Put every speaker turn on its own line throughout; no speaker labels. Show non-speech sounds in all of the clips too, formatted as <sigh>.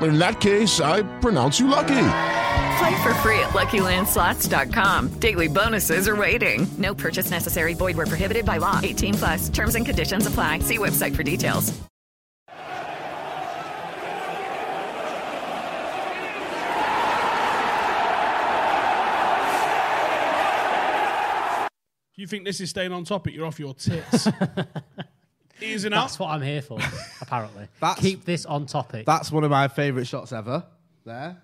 In that case, I pronounce you lucky.
Play for free at LuckyLandSlots.com. Daily bonuses are waiting. No purchase necessary. Void were prohibited by law. 18 plus. Terms and conditions apply. See website for details.
If you think this is staying on topic, you're off your
<laughs>
tits. Easy enough.
That's what I'm here for, apparently.
<laughs> That's-
Keep this on topic.
That's one of my favourite shots ever.
<laughs>
There.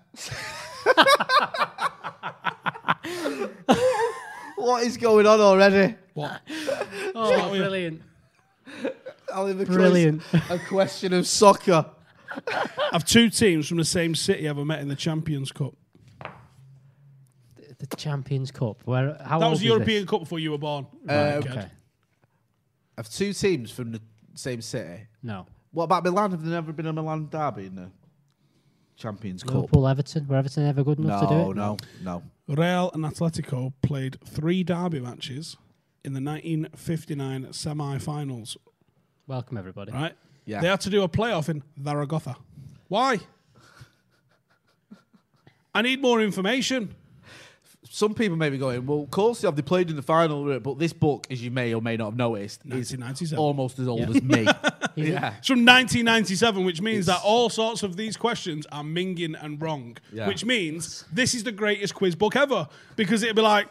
what is going on already?
<laughs>
What?
oh, brilliant.
Oliver Cruz,
Brilliant.
a question of soccer.
I've two teams from the same city ever met in the Champions Cup.
The Champions Cup. Where? How
That
old
was
is
the European
this?
Cup before you were born. Uh,
Um,
Right,
Okay.
Of two teams from the same city.
No.
What about Milan? Have there never been a Milan derby in the Champions Cup?
Liverpool, Everton. Were Everton ever good enough
No,
to do it?
no, no.
kid. Real and Atletico played three derby matches in the 1959 semi-finals.
Welcome everybody.
Right?
Yeah.
They had to do a playoff in Zaragoza. Why? I need more information.
Some people may be going, well, of course they have. They played in the final, but this book, as you may or may not have noticed, is
1997.
almost as old as me. yeah.
It's from 1997, which means that all sorts of these questions are minging and wrong.
Yeah.
Which means this is the greatest quiz book ever because it'd be like,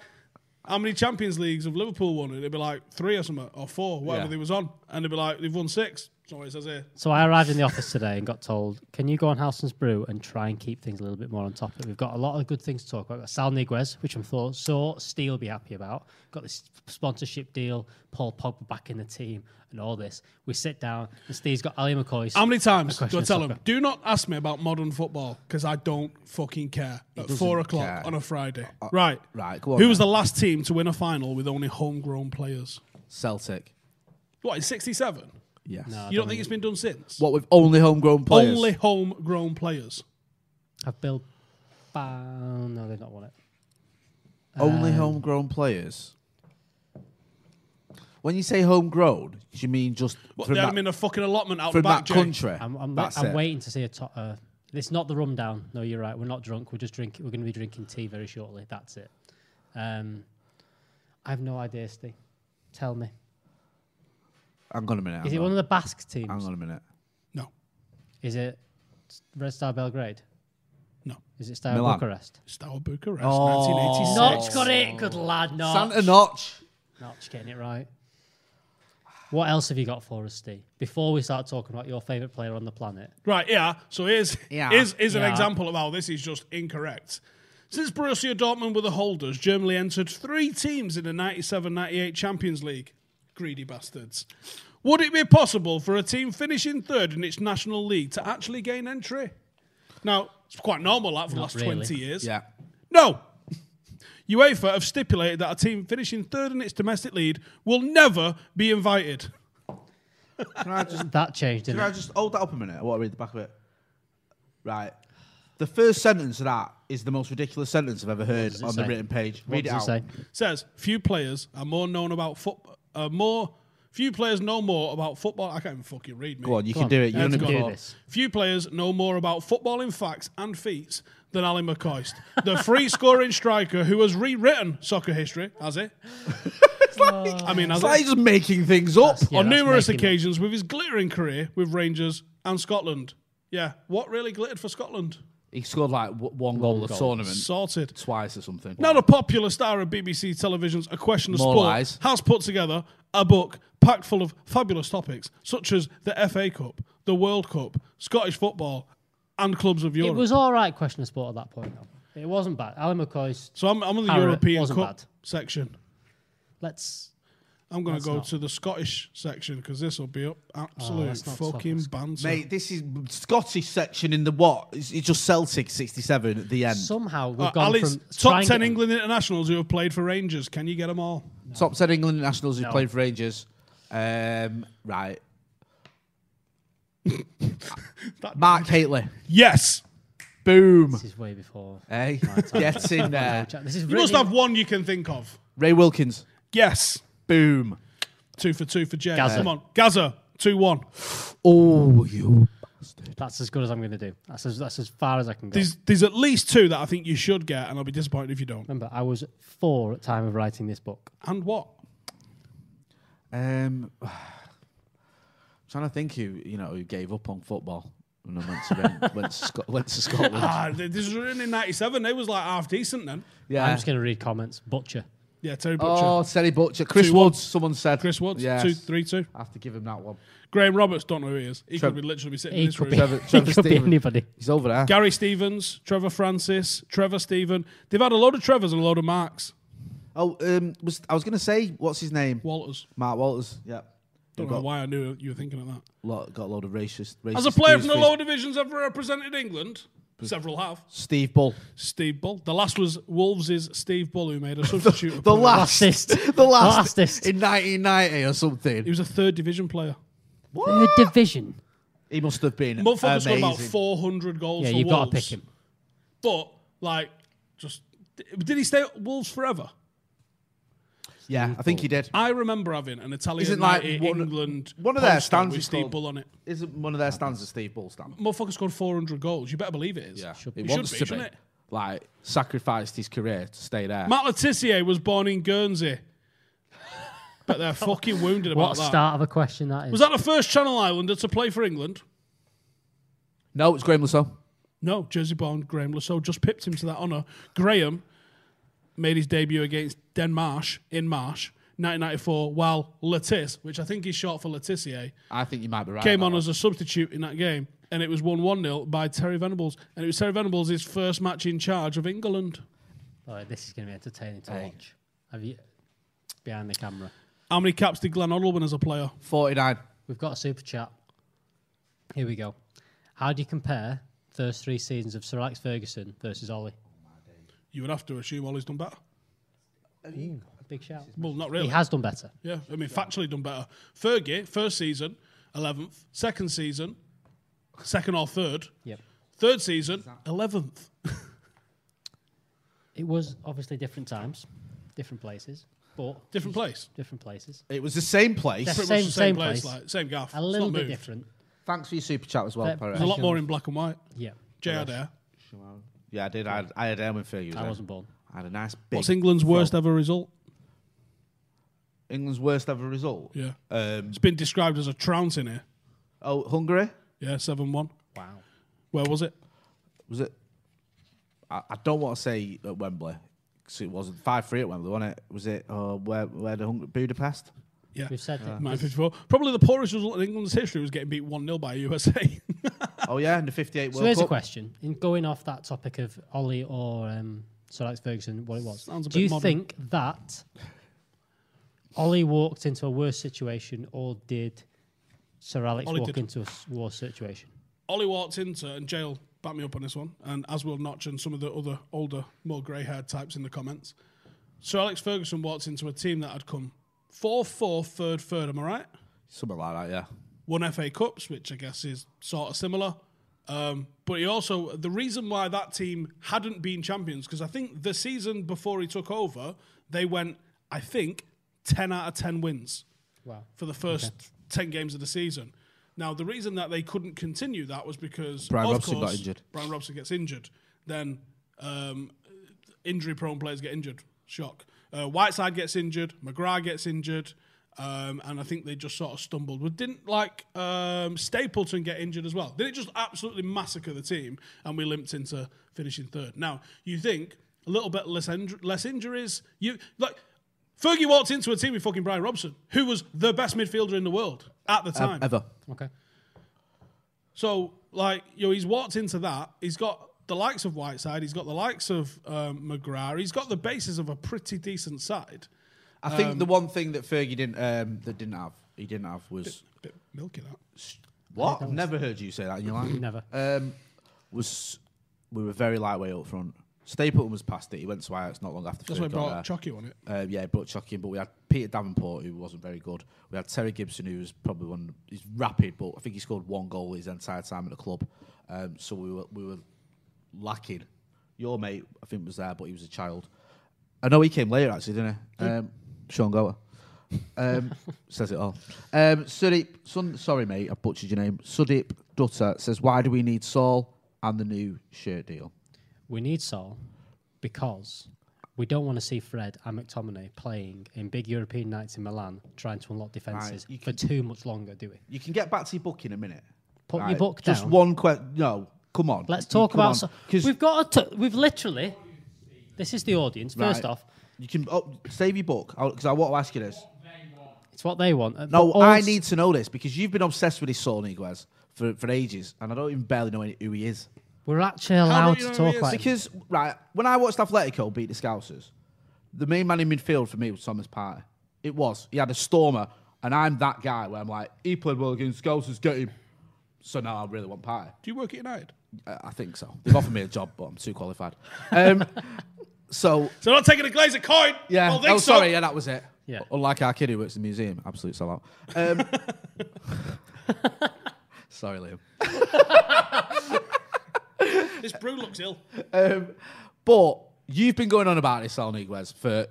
how many Champions Leagues have Liverpool won? And it'd be like three or something, or four, whatever
Yeah.
they was on. And they'd be like, they've won six. That's what it says here.
So I arrived in the office today and got told, "Can you go on Halston's Brew and try and keep things a little bit more on topic? We've got a lot of good things to talk about. We've got Sal Niguez, which I'm thought so Steel will be happy about. Got this sponsorship deal, Paul Pogba back in the team, and all this. We sit down, and Steve's got Ali McCoy.
How many times do I
question
tell
of
them? Do not ask me about modern football because I don't fucking care. At four o'clock
care. Uh,
on a Friday, right?
right, go on
Who was
then.
the last team to win a final with only homegrown players?
Celtic.
What in '67?
Yes.
You don't think it's been done since?
What with only homegrown players?
Only homegrown players.
I've built. No, they've not won it.
Uh.
Only homegrown players. When you say homegrown, do you mean just
What,
from
they had
that,
them in a fucking allotment out
from
the back.
that
Jay.
country?
I'm, I'm,
That's
I'm
it.
waiting to see a top. Uh, it's not the rundown. No, you're right. We're not drunk. We're just drinking. We're going to be drinking tea very shortly. That's it. Um, I have no idea, Steve. Tell me.
Hang on a minute. hang
Is it
on.
one of the Basque
Hang
teams?
on a minute.
No,
Is it Red Star Belgrade?
no.
Is it Star
Milan.
Bucharest?
Stour Bucharest,
Oh.
Notch
1986.
got it. Good lad, Notch.
Santa Notch.
Notch getting it right. What else have you got for us, Steve? Before we start talking about your favourite player on the planet,
Right, yeah. So here's
Yeah.
here's, here's an
Yeah.
example of how this is just incorrect. Since Borussia Dortmund were the holders, Germany entered three teams in the 97-98 Champions League. Greedy bastards. Would it be possible for a team finishing third in its national league to actually gain entry? Now, it's quite normal that for the
Not
last
really.
20 years.
Yeah.
No. UEFA have stipulated that a team finishing third in its domestic league will never be invited.
Can I just
that changed, didn't
can I
it?
just hold that up a minute? I want to read the back of it. Right. The first sentence of that is the most ridiculous sentence I've ever heard
does it
on the
say?
written page.
What
Read it
does
out.
it say?
Says few players are uh, more known about football, are more Few players know more about football. I can't even fucking read, mate.
Go on, you Go can on. do it. You're
Let's
gonna
go.
do this.
Few players know more about footballing facts and feats than Ali McCoist, the free scoring striker who has rewritten soccer history, has he? <laughs> I mean, has
It's like
he?
he's just making things up.
on numerous occasions with his glittering career with Rangers and Scotland. Yeah, what really glittered for Scotland?
He scored like w- one goal a
goal.
tournament.
Sorted.
Twice or something.
Now the popular star of BBC television's A Question of
More
Sport
lies.
has put together a book packed full of fabulous topics such as the FA Cup, the World Cup, Scottish football, and clubs of Europe.
It was all right, question of sport at that point, though. It wasn't bad. Alan McCoy's.
So I'm, I'm on the
Parrot
European Cup
wasn't bad.
section.
Let's.
I'm going
let's
to go
not.
to the Scottish section because this will be up absolute
let's not stop
fucking
us.
banter.
Mate, this is Scottish section in the what? It's, it's just Celtic 67 at the end.
Somehow
Uh, Ali's top 10 England internationals who have played for Rangers. Can you get them all?
Top 10 England nationals who
No.
played for Rangers. Um, right. Mark Haitley.
Yes.
Boom.
This is way before.
Hey,
my
<laughs>
time.
get in Eh? there.
This is
you
really.
must have one you can think of.
Ray Wilkins.
Yes.
Boom.
Two for two for Jay.
Gazza.
Come on. Gaza, 2 1.
Oh, you.
That's as good as I'm going to do. That's as, that's as far as I can go.
There's, there's at least two that I think you should get, and I'll be disappointed if you don't.
Remember, I was four at the time of writing this book.
And what?
Um, <sighs> trying to think who you know who gave up on football and then went to, went, <laughs> went to, Sco- went to <laughs> Scotland.
ah, th- this was written in 97. They was like half decent then.
Yeah.
I'm just going to read comments. Butcher.
Yeah, Terry <laughs> Butcher.
Oh, Terry Butcher, Chris
Two
Woods. Someone said
Chris Woods,
Yes.
two, three, two.
I have to give him that
<laughs>
one.
Graham Roberts, don't know who he is. He
Trev-
could be literally be sitting
He
in this
could
room.
be, he could be
Stephen.
anybody.
He's over there.
Gary Stevens, Trevor Francis, Trevor Stephen. They've had a load of Trevors and a load of Marks.
oh, um, was I was going to say what's his name?
Walters.
Mark Walters. Yeah.
Don't know why I knew you were thinking of that.
Lot, got a load of racist. racist
Has a player
views
from the
for his-
lower divisions ever represented England? Several have.
Steve
<laughs>
Bull.
Steve Bull. The last was Wolves' Steve Bull, who made a
<laughs>
substitute.
The
appearance.
last, <laughs>
Lastest.
the last,
Lastest.
in 1990 or something.
He was a third division player.
Third division.
He must have been
Motherfucker scored
amazing.
about 400 goals
Yeah,
for
you've
Wolves.
got to pick him.
But, like, just. Did he stay at Wolves forever?
yeah, I think he did.
I remember having an Italian
Isn't, like,
night in
one-
England.
one of their
poster
stands
with
is
Steve
called-
Bull on it.
Isn't one of their stands a Steve Bull stand?
Motherfucker scored 400 goals. You better believe it is.
Yeah,
It,
it
should be,
wants to
shouldn't
be.
it?
Like sacrificed his career to stay there.
Matt Letitia was born in
<laughs>
Guernsey. But they're fucking wounded about
What
that.
start of a question that is.
Was that the first Channel Islander to play for England?
no, it's Graham Lasso.
No, Jersey born Graham Lasso just pipped him to that honour. Graham made his debut against Den Marsh in Marsh, 1994, while Letiz, which I think is short for Letizier,
I think you might be right.
came
about
on
that.
as a substitute in that game. And it was 1 1 0 by Terry Venables. And it was Terry Venables' first match in charge of England.
Oh, this is going to be entertaining to
Hey.
watch. Have you behind the camera?
How many caps did Glenn Hoddle win as a player?
forty-nine.
We've got a super chat. Here we go. How do you compare first three seasons of Sir Alex Ferguson versus Ollie?
You would have to assume Ollie's done better.
Big shout.
Well, not really.
He has done better.
Yeah, I mean, factually done better. Fergie, first season, 11th. Second season, second or third.
Yep.
Third season, 11th.
It was obviously different times, different places, but
Different place.
different places.
It was the same place.
Yes.
Pretty
Same-
much the same,
same
place,
place.
like, same gaff.
A little
it's not
bit
moved.
different.
Thanks for your super chat as well,
Fair-
Perret.
There's a lot more in black and white.
Yeah.
JR there.
Yeah, I did. I had, I had Elm and Fergie.
I wasn't born.
I had a nice big.
What's England's worst ever result?
England's worst ever result?
Yeah.
Um,
It's been described as a trounce in here.
oh, Hungary
Yeah, 7 1.
Wow.
Where was it?
was it? I, I don't want to say at Wembley because it wasn't five-three at Wembley, wasn't it? Was it? Uh, where? Where the Hungary? Budapest?
Yeah.
We've said that.
954. Probably the poorest result in England's history was getting beat 1 0 by USA.
oh yeah, in the fifty-eight
So
World
here's
Cup.
a question. In going off that topic of Ollie or um, Sir Alex Ferguson, what it was,
Sounds a
do
bit
you
modern.
think that Ollie walked into a worse situation or did Sir Alex
Ollie
walk
did.
into a s- worse situation?
<laughs> Ollie walked into, and Jail backed me up on this one, and as will Notch and some of the other older, more grey haired types in the comments. Sir Alex Ferguson walked into a team that had come 4 4, third, third, am I right?
Something like that. Yeah.
Won FA Cups, which I guess is sort of similar. Um, but he also, the reason why that team hadn't been champions, because I think the season before he took over, they went, I think, 10 out of 10 wins.
Wow.
for the first 10 games of the season. Now, the reason that they couldn't continue that was because
Brian
of
Robson got
course,
injured.
Brian Robson gets injured. Then um, injury prone players get injured. Shock. Uh, Whiteside gets injured. McGrath gets injured. Um, and I think they just sort of stumbled. But didn't like um, Stapleton get injured as well? Did it just absolutely massacre the team and we limped into finishing third? Now, you think a little bit less, inj- less injuries. You like Fergie walked into a team with fucking Brian Robson, who was the best midfielder in the world at the time.
ever.
Okay.
So, like, you know, he's walked into that. He's got the likes of Whiteside. He's got the likes of um, McGrath. He's got the basis of a pretty decent side.
I think
Um,
the one thing that Fergie didn't um, that didn't have he didn't have was
bit milky that.
what? I've never heard you say that in your life.
Never.
Um, was we were very lightweight up front. Stapleton was past it. He went to Ajax not long after.
That's
Fergie
why he
got
brought
there.
Chucky on it.
Uh, yeah, he brought Chucky in, but we had Peter Davenport who wasn't very good. We had Terry Gibson who was probably one. He's rapid, but I think he scored one goal his entire time at the club. Um, so we were we were lacking. Your mate, I think, was there, but he was a child. I know he came later actually, didn't he? Um, Sean Gower. <laughs> Um, says it all. Um, Sudip, Sun, sorry mate, I butchered your name. Sudip Dutta says, "Why do we need Saul and the new shirt deal?"
We need Saul because we don't want to see Fred and McTominay playing in big European nights in Milan trying to unlock defences
you
for too much longer, do we?
You can get back to your book in a minute.
Put your
Right,
book
Just
down.
one question. No, come on.
Let's talk
Come
about.
on.
so- we've got. A t- we've literally. This is the audience. First
Right.
off,
you can oh, save your book because I want to ask you this.
it's what they want. Uh,
No,
but all
I
s-
need to know this because you've been obsessed with this Saul Niguez for, for ages, and I don't even barely know any, who he is.
We're actually allowed to talk like
because right when I watched Atletico beat the Scousers, the main man in midfield for me was Thomas Partey. It was he had a stormer, and I'm that guy where I'm like he played well against Scousers, get him. So now I really want Partey.
Do you work at United?
I I think so. They've offered me a job, but I'm too qualified. Um, <laughs> so
So not taking a glaze of coin.
yeah.
Well,
oh,
think so.
sorry. Yeah, that was it.
Yeah.
Unlike our kid who works in the museum, absolute sellout. Um, <laughs> sorry, Liam.
This brew looks ill.
Um, but you've been going on about this, Sal Niguez, for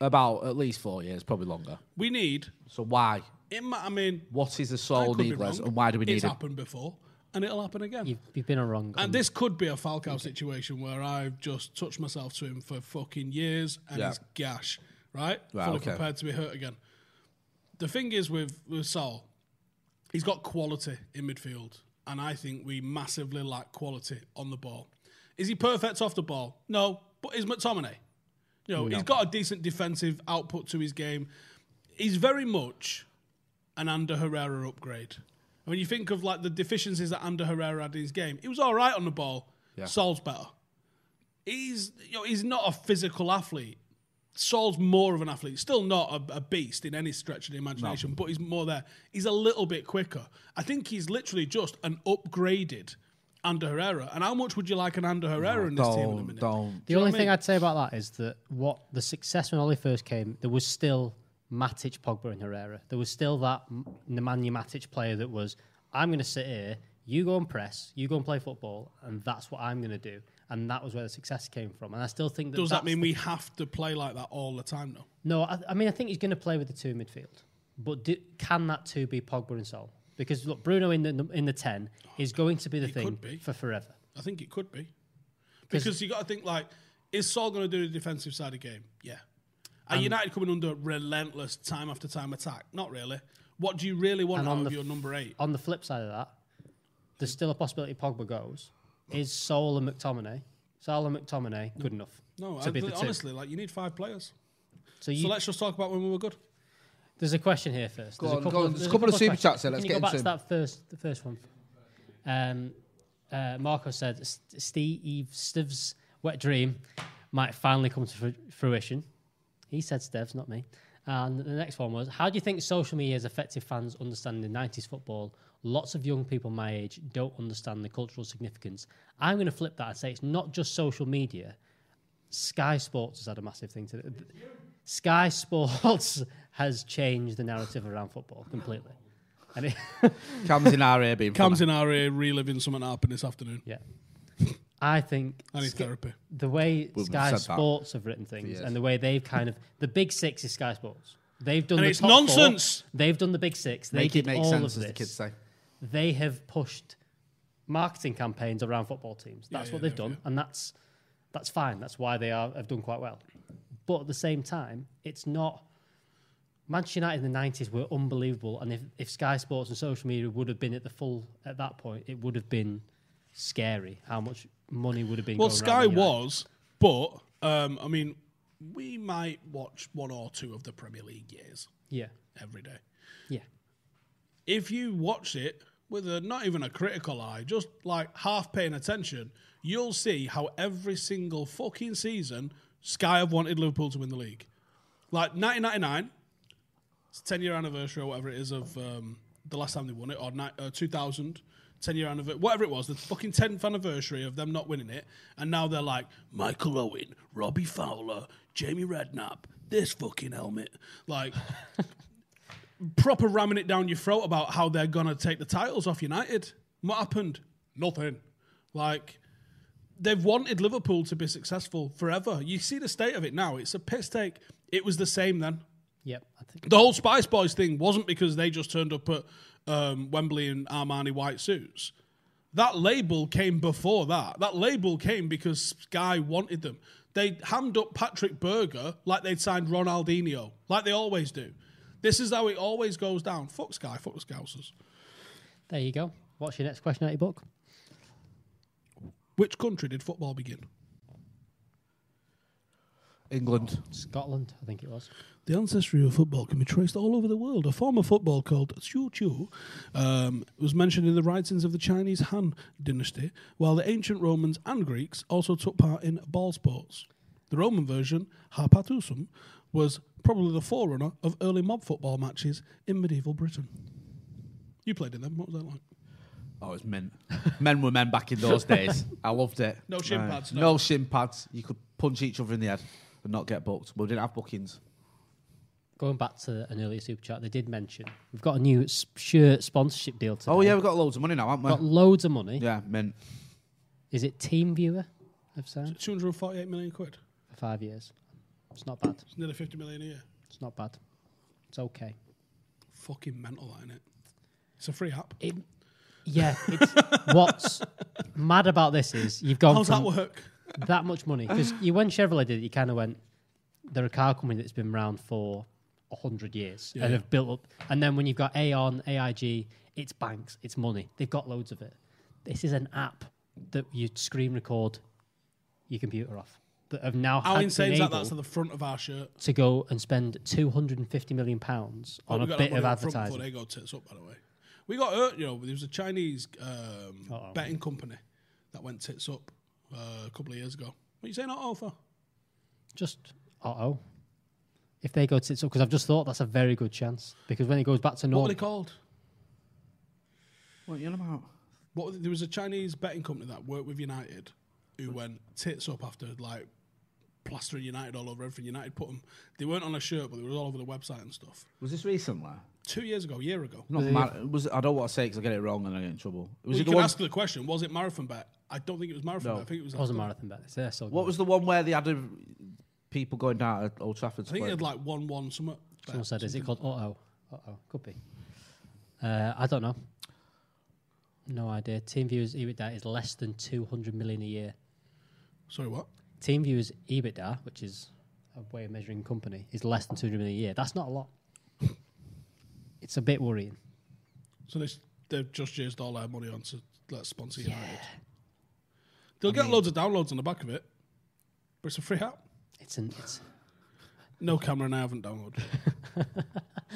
about at least four years, probably longer.
We need.
So why?
It, ma- I mean,
What is a
I
Saul
could be
Niguez,
wrong.
and why do we need
It's
him?
happened before, and it'll happen again.
you've, you've been a wrong.
And this could be a Falcao situation where I've just touched myself to him for fucking years and
Yeah.
his gash, right?
Right,
Fully
okay.
prepared to be hurt again. The thing is with, with Saul, he's got quality in midfield, and I think we massively lack quality on the ball. Is he perfect off the ball? No, but is McTominay? You know, he's got a decent defensive output to his game. He's very much an Ander Herrera upgrade. And When you think of like the deficiencies that Ander Herrera had in his game, he was all right on the ball. Saul's better. He's you know, he's not a physical athlete. Saul's more of an athlete. Still not a, a beast in any stretch of the imagination, but he's more there. He's a little bit quicker. I think he's literally just an upgraded Ander Herrera. And how much would you like an Ander Herrera in this team in a
Don't,
minute?
don't.
The only thing I'd say about that is that what the success when Oli first came, there was still Matic, Pogba, and Herrera. There was still that M- Nemanja Matic player that was, I'm going to sit here, you go and press, you go and play football, and that's what I'm going to do. And that was where the success came from. And I still think that.
Does that
that's
mean
the-
we have to play like that all the time though?
No, I, I mean, I think he's going to play with the two in midfield. But do, can that two be Pogba and Sol? Because look, Bruno in the in the 10 is going to be the thing
could be.
for forever.
I think it could be. Because you got to think like, is Saul going to do the defensive side of the game? Yeah. Are United coming under relentless time after time attack? Not really. What do you really want
And
out
on
of
the
your number eight?
on the flip side of that, there's still a possibility Pogba goes. Is Sol and McTominay, Sol and McTominay, good enough
No,
to
I,
be the
th-
two?
honestly, like you need five players.
so you,
so let's just talk about when we were good.
there's a question here first.
Go
There's
on,
a
go
couple,
on.
Of,
There's
there's
a couple of super
questions.
chats there. Let's
Can
get
you go back to
into 'em.
that first, the first one? Um, uh, Marco said "S- Steve Steve's wet dream might finally come to fru- fruition. He said Steve's, not me. And the next one was, how do you think social media has affected fans understanding the 90s football? Lots of young people my age don't understand the cultural significance. I'm going to flip that and say it's not just social media. Sky Sports has had a massive thing to do. Sky Sports <laughs> has changed the narrative around football completely. And it, <laughs>
Cam's in our ear being
Cam's
funny.
in our ear reliving something that happened this afternoon.
yeah. I think
I need
Sk-
therapy.
the way
We've
Sky
said that
Sports have written things
years.
and the way they've kind of the big six is Sky Sports. They've done
And
the
it's
top
nonsense.
Four. They've done the big six. They
Make it
did
make
all
sense, as
of
the
this.
kids say.
They have pushed marketing campaigns around football teams.
Yeah,
That's
yeah,
what they've
yeah,
done, and that's that's fine. That's why they are have done quite well. But at the same time, it's not. Manchester United in the nineties were unbelievable, and if, if Sky Sports and social media would have been at the full at that point, it would have been scary how much money would have been.
Well,
going around
Sky
Man United.
was, but um, I mean, we might watch one or two of the Premier League years
yeah,
every day.
yeah.
If you watch it with a, not even a critical eye, just like half paying attention, you'll see how every single fucking season Sky have wanted Liverpool to win the league. Like 1999, it's 10 year anniversary or whatever it is of um, the last time they won it, or ni- uh, 2000, 10 year anniversary, whatever it was, the fucking 10th anniversary of them not winning it. And now they're like, Michael Owen, Robbie Fowler, Jamie Redknapp, this fucking helmet. Like, proper ramming it down your throat about how they're going to take the titles off United. What happened? Nothing. Like, they've wanted Liverpool to be successful forever. You see the state of it now. It's a piss take. It was the same then.
Yep, I think
The whole Spice Boys thing wasn't because they just turned up at um, Wembley in Armani white suits. That label came before that. That label came because Sky wanted them. They hammed up Patrick Berger like they'd signed Ronaldinho, like they always do. This is how it always goes down. Fuck Sky, fuck the Scousers.
there you go. What's your next question out of your book?
Which country did football begin?
England.
Scotland, I think it was.
The ancestry of football can be traced all over the world. A form of football called Xiu Chu um, was mentioned in the writings of the Chinese Han dynasty, while the ancient Romans and Greeks also took part in ball sports. The Roman version, Harpatusum, was probably the forerunner of early mob football matches in medieval Britain. You played in them, what was that like?
Oh, it's men. <laughs> men were men back in <laughs> those days. I loved it.
No shin
Right.
pads,
No.
no.
shin pads. You could punch each other in the head and not get booked. But we didn't have bookings.
Going back to an earlier super chat, they did mention we've got a new s- shirt sponsorship deal today.
Oh yeah, we've got loads of money now, haven't we?
got loads of money.
yeah, mint.
Is it Team Viewer? I've signed
248 million quid.
for five years. It's not bad.
It's nearly 50 million a year.
It's not bad. It's okay.
Fucking mental, that, innit? It's a free app.
Yeah. It's, what's mad about this is you've gone.
How's that
from
work?
That much money because
<sighs>
you when Chevrolet did it, you kind of went. They're a car company that's been around for hundred years
Yeah.
and have built up. And then when you've got Aon, AIG, it's banks, it's money. They've got loads of it. This is an app that you screen record your computer off. That have now
How
had
insane
been
is that?
able-
That's on the front of our shirt.
to go and spend 250 million pounds on
we
a
got
bit
that
of
money up front
advertising.
Before they go tits up, by the way, we got hurt. You know, there was a Chinese um, betting company that went tits up uh, a couple of years ago. What are you saying? Not over.
Just uh oh. If they go tits up, because I've just thought that's a very good chance. Because when it goes back to
What were
normal,
they called?
What are you on about?
What were they- there was a Chinese betting company that worked with United, who went tits up after like plastering United all over everything. United put them. They weren't on a shirt, but they were all over the website and stuff.
Was this recently?
Two years ago, a year ago.
Not mad. Was it, I don't want to say because I get it wrong and I get in trouble. Was
Well, you
it the
can
one,
ask the question: Was it marathon bet? I don't think it was marathon.
No.
bet. I think it was.
it was a marathon bet. It's there, so
What was the one where they had a, people going down at Old Trafford?
I think
Square?
it had like one one somewhat.
someone said, is it called uh oh? Uh oh, could be. Uh, I don't know. No idea. Team viewers EBITDA is less than 200 million a year.
Sorry, what?
Team viewers EBITDA, which is a way of measuring company, is less than 200 million a year. That's not a lot. it's a bit worrying.
So they they've just used all their money on to let sponsor United. They'll get loads of downloads on the back of it, but it's a free app.
It's an it's
No camera, and I haven't downloaded.
<laughs>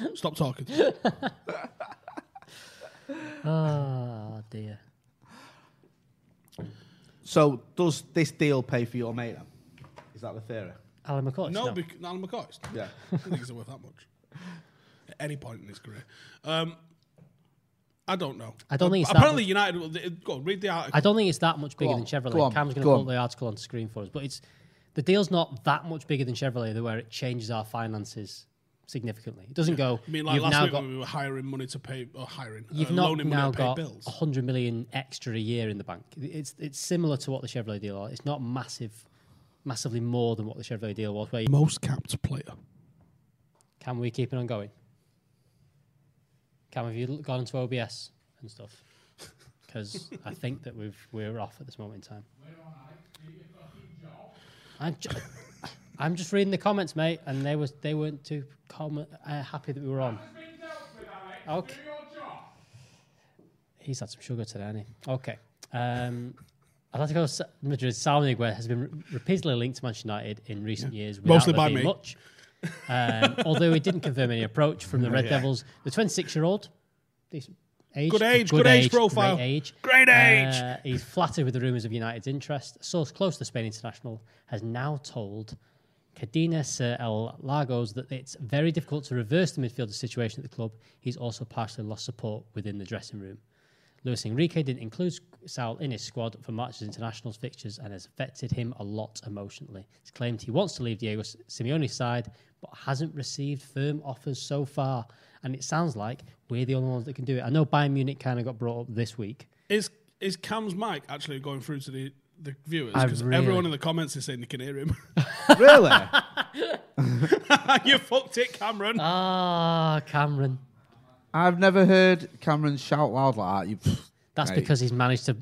it. Stop talking.
Oh dear.
So does this deal pay for your mate? then? Is that the theory?
Alan McCoy.
no, bec- Alan McCoy. it's not.
Yeah. <laughs>
I don't think he's worth that much at any point in his career. Um, I don't know.
I don't think it's that
apparently
much.
United. Will, they- go on, read the article.
I don't think it's that much bigger
on,
than Chevrolet.
go on,
Cam's going to
go
put
on.
the article on screen for us, but it's the deal's not that much bigger than Chevrolet, the where it changes our finances significantly. It doesn't go.
I mean, like
you've
last
now
week
got
when we were hiring money to pay or hiring,
you've
uh,
not
loaning
now
money to pay
got
bills.
100 million extra a year in the bank. It's it's similar to what the Chevrolet deal are. It's not massive, massively more than what the Chevrolet deal was. Where you
Most capped player.
Can we keep it on going? Cam, have you l- gone into OBS
<laughs>
and stuff? Because I think that we've we're off at this moment in time. I'm ju- <coughs> I'm just reading the comments, mate, and they was they weren't too com- uh, happy that we were on. Okay. He's had some sugar today, hasn't he? Okay. Um, Atletico S- Madrid Salmaniguez has been re- repeatedly linked to Manchester United in recent years, without
Mostly
there
by
being
me.
Much. Um, <laughs> although he didn't confirm any approach from the Red
Yeah.
Devils, the 26-year-old, decent age,
Good
a
age, good age
great
profile.
age.
Great age.
Uh, he's flattered with the rumours of United's interest. A source close to Spain international has now told Cadena Ser El Lagos that it's very difficult to reverse the midfielder situation at the club. He's also partially lost support within the dressing room. Luis Enrique didn't include Sal in his squad for March's internationals fixtures and has affected him a lot emotionally. He's claimed he wants to leave Diego Simeone's side, but hasn't received firm offers so far. And it sounds like we're the only ones that can do it. I know Bayern Munich kind of got brought up this week.
Is is Cam's mic actually going through to the, the viewers?
I
Because
really-
everyone in the comments is saying they can hear him. <laughs>
really? <laughs>
you fucked it, Cameron.
Ah, Cameron.
I've never heard Cameron shout loud like that. You,
That's
mate.
because he's managed to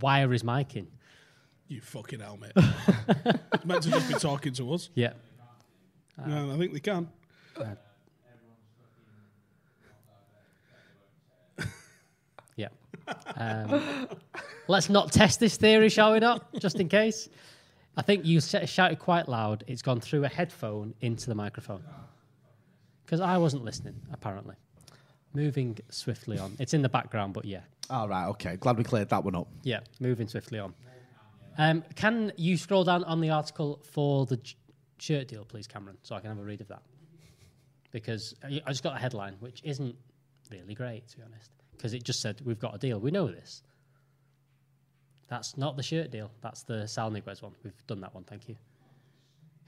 wire his mic in.
You fucking helmet. meant to just be talking to
<laughs>
us.
Yeah. Uh.
No, I think they can.
Yeah. Um, let's not test this theory, shall we not? Just in case. I think you sh- shouted quite loud. It's gone through a headphone into the microphone. Because I wasn't listening, apparently. Moving swiftly on. It's in the background, but yeah.
All right, okay. Glad we cleared that one up.
Yeah, moving swiftly on. Um, can you scroll down on the article for the j- shirt deal, please, Cameron, so I can have a read of that? Because uh, I I just got a headline, which isn't really great, to be honest, because it just said, We've got a deal. We know this. That's not the shirt deal. That's the Salniguez one. We've done that one. Thank you.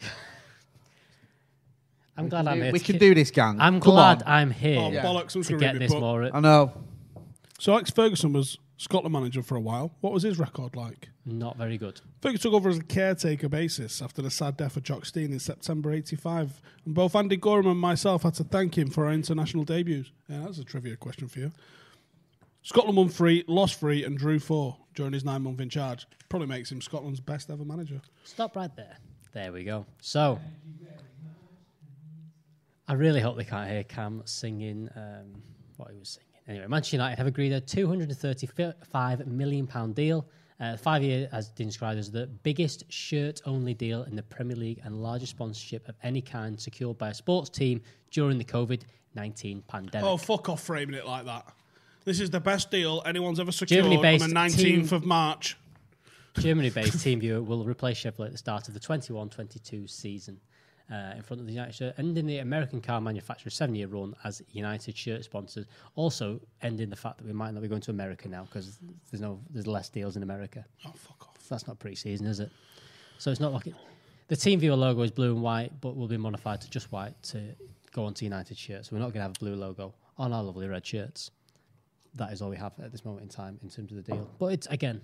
<laughs> I'm
We
glad
can
I'm
do-
here.
we
to
can
ki-
do this, gang.
I'm
Come
glad
on.
I'm here
Oh, bollocks, I'm just
to
gonna
get
read my
this
book.
more. uh,
I know.
So Alex Ferguson was Scotland manager for a while. What was his record like?
Not very good.
Ferguson took over as a caretaker basis after the sad death of Jock Steen in September 85. And both Andy Gorham and myself had to thank him for our international debuts. Yeah, that's a trivia question for you. Scotland won three, lost three, and drew four during his nine month in charge. Probably makes him Scotland's best ever manager.
Stop right there. There we go. So, I really hope they can't hear Cam singing um, what he was singing. Anyway, Manchester United have agreed a £235 million deal. Uh, five year, as Dean described, as the biggest shirt only deal in the Premier League and largest sponsorship of any kind secured by a sports team during the COVID 19 pandemic.
Oh, fuck off framing it like that. This is the best deal anyone's ever secured on the
Germany-based
19th of March.
Germany based TeamViewer will replace Chevrolet at the start of the 21 22 season uh, in front of the United shirt, ending the American car manufacturer's seven year run as United shirt sponsors. Also, ending the fact that we might not be going to America now because there's no there's less deals in America.
Oh, fuck off.
That's not pre season, is it? So it's not like it. The TeamViewer logo is blue and white, but will be modified to just white to go onto United shirts. We're not going to have a blue logo on our lovely red shirts. That is all we have at this moment in time in terms of the deal. But it's again,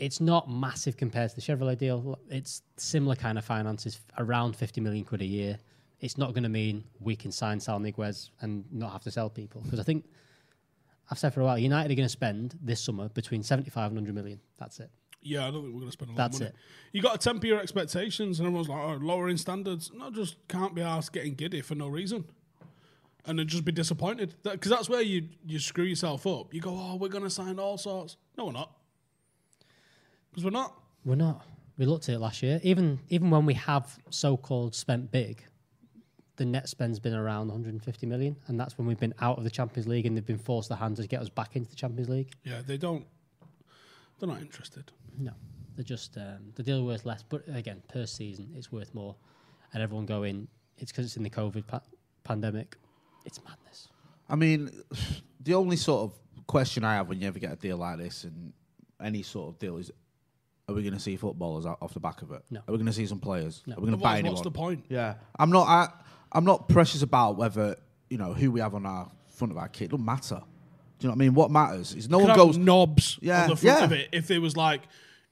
it's not massive compared to the Chevrolet deal. It's similar kind of finances, around 50 million quid a year. It's not going to mean we can sign Sal Niguez and not have to sell people. Because I think, I've said for a while, United are going to spend this summer between 75 and 100 million. That's it.
Yeah, I don't think we're going to spend a lot
That's
of money.
it.
You got to temper your expectations, and everyone's like, oh, lowering standards. No, just can't be asked getting giddy for no reason. And then just be disappointed. Because that's where you, you screw yourself up. You go, oh, we're going to sign all sorts. No, we're not. Because we're not.
We're not. We looked at it last year. Even even when we have so-called spent big, the net spend's been around 150 million, and that's when we've been out of the Champions League and they've been forced their hand to get us back into the Champions League.
Yeah, they don't. They're not interested.
No, they're just um, the deal worth less. But again, per season, it's worth more, and everyone going. It's because it's in the COVID pa- pandemic. It's madness.
I mean, <sighs> the only sort of question I have when you ever get a deal like this and any sort of deal is, are we going to see footballers out off the back of it?
No.
Are we going to see some players?
No.
Are we going to buy
Otherwise,
anyone?
what's the point?
Yeah, I'm not. I, I'm not precious about whether you know who we have on our front of our kit. It doesn't matter. Do you know what I mean? What matters is no
Could
one
have
goes.
knobs
Yeah,
on the front
yeah.
of it if it was like,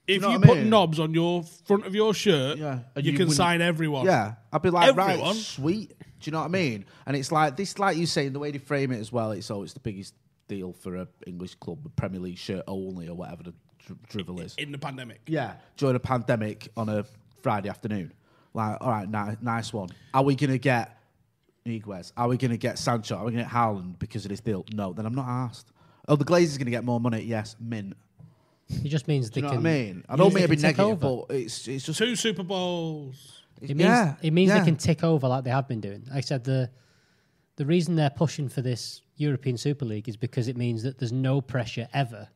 if you,
know what I
put
mean?
knobs on your front of your shirt,
Yeah, and
you,
you
can
wouldn't-
sign everyone.
Yeah, I'd be like,
Everyone?
right, sweet. Do you know what I mean? And it's like this, like you saying, the way they frame it as well. It's oh, it's the biggest deal for a English club, a Premier League shirt only, or whatever the dr- drivel is.
in the pandemic.
Yeah, during a pandemic on a Friday afternoon. Like, all right, ni- nice one. Are we gonna get Niguez? Are we gonna get Sancho? Are we gonna get Howland because of this deal? No, then I'm not asked. Oh, the Glazers gonna get more money? Yes, mint.
It just means
Do
they
you know
can.
what I mean? I don't
means
mean
they
to be
can take
negative,
over.
but it's it's just
two Super Bowls.
It means it means
yeah.
they can tick over like they have been doing. Like I said the the reason they're pushing for this European Super League is because it means that there's no pressure ever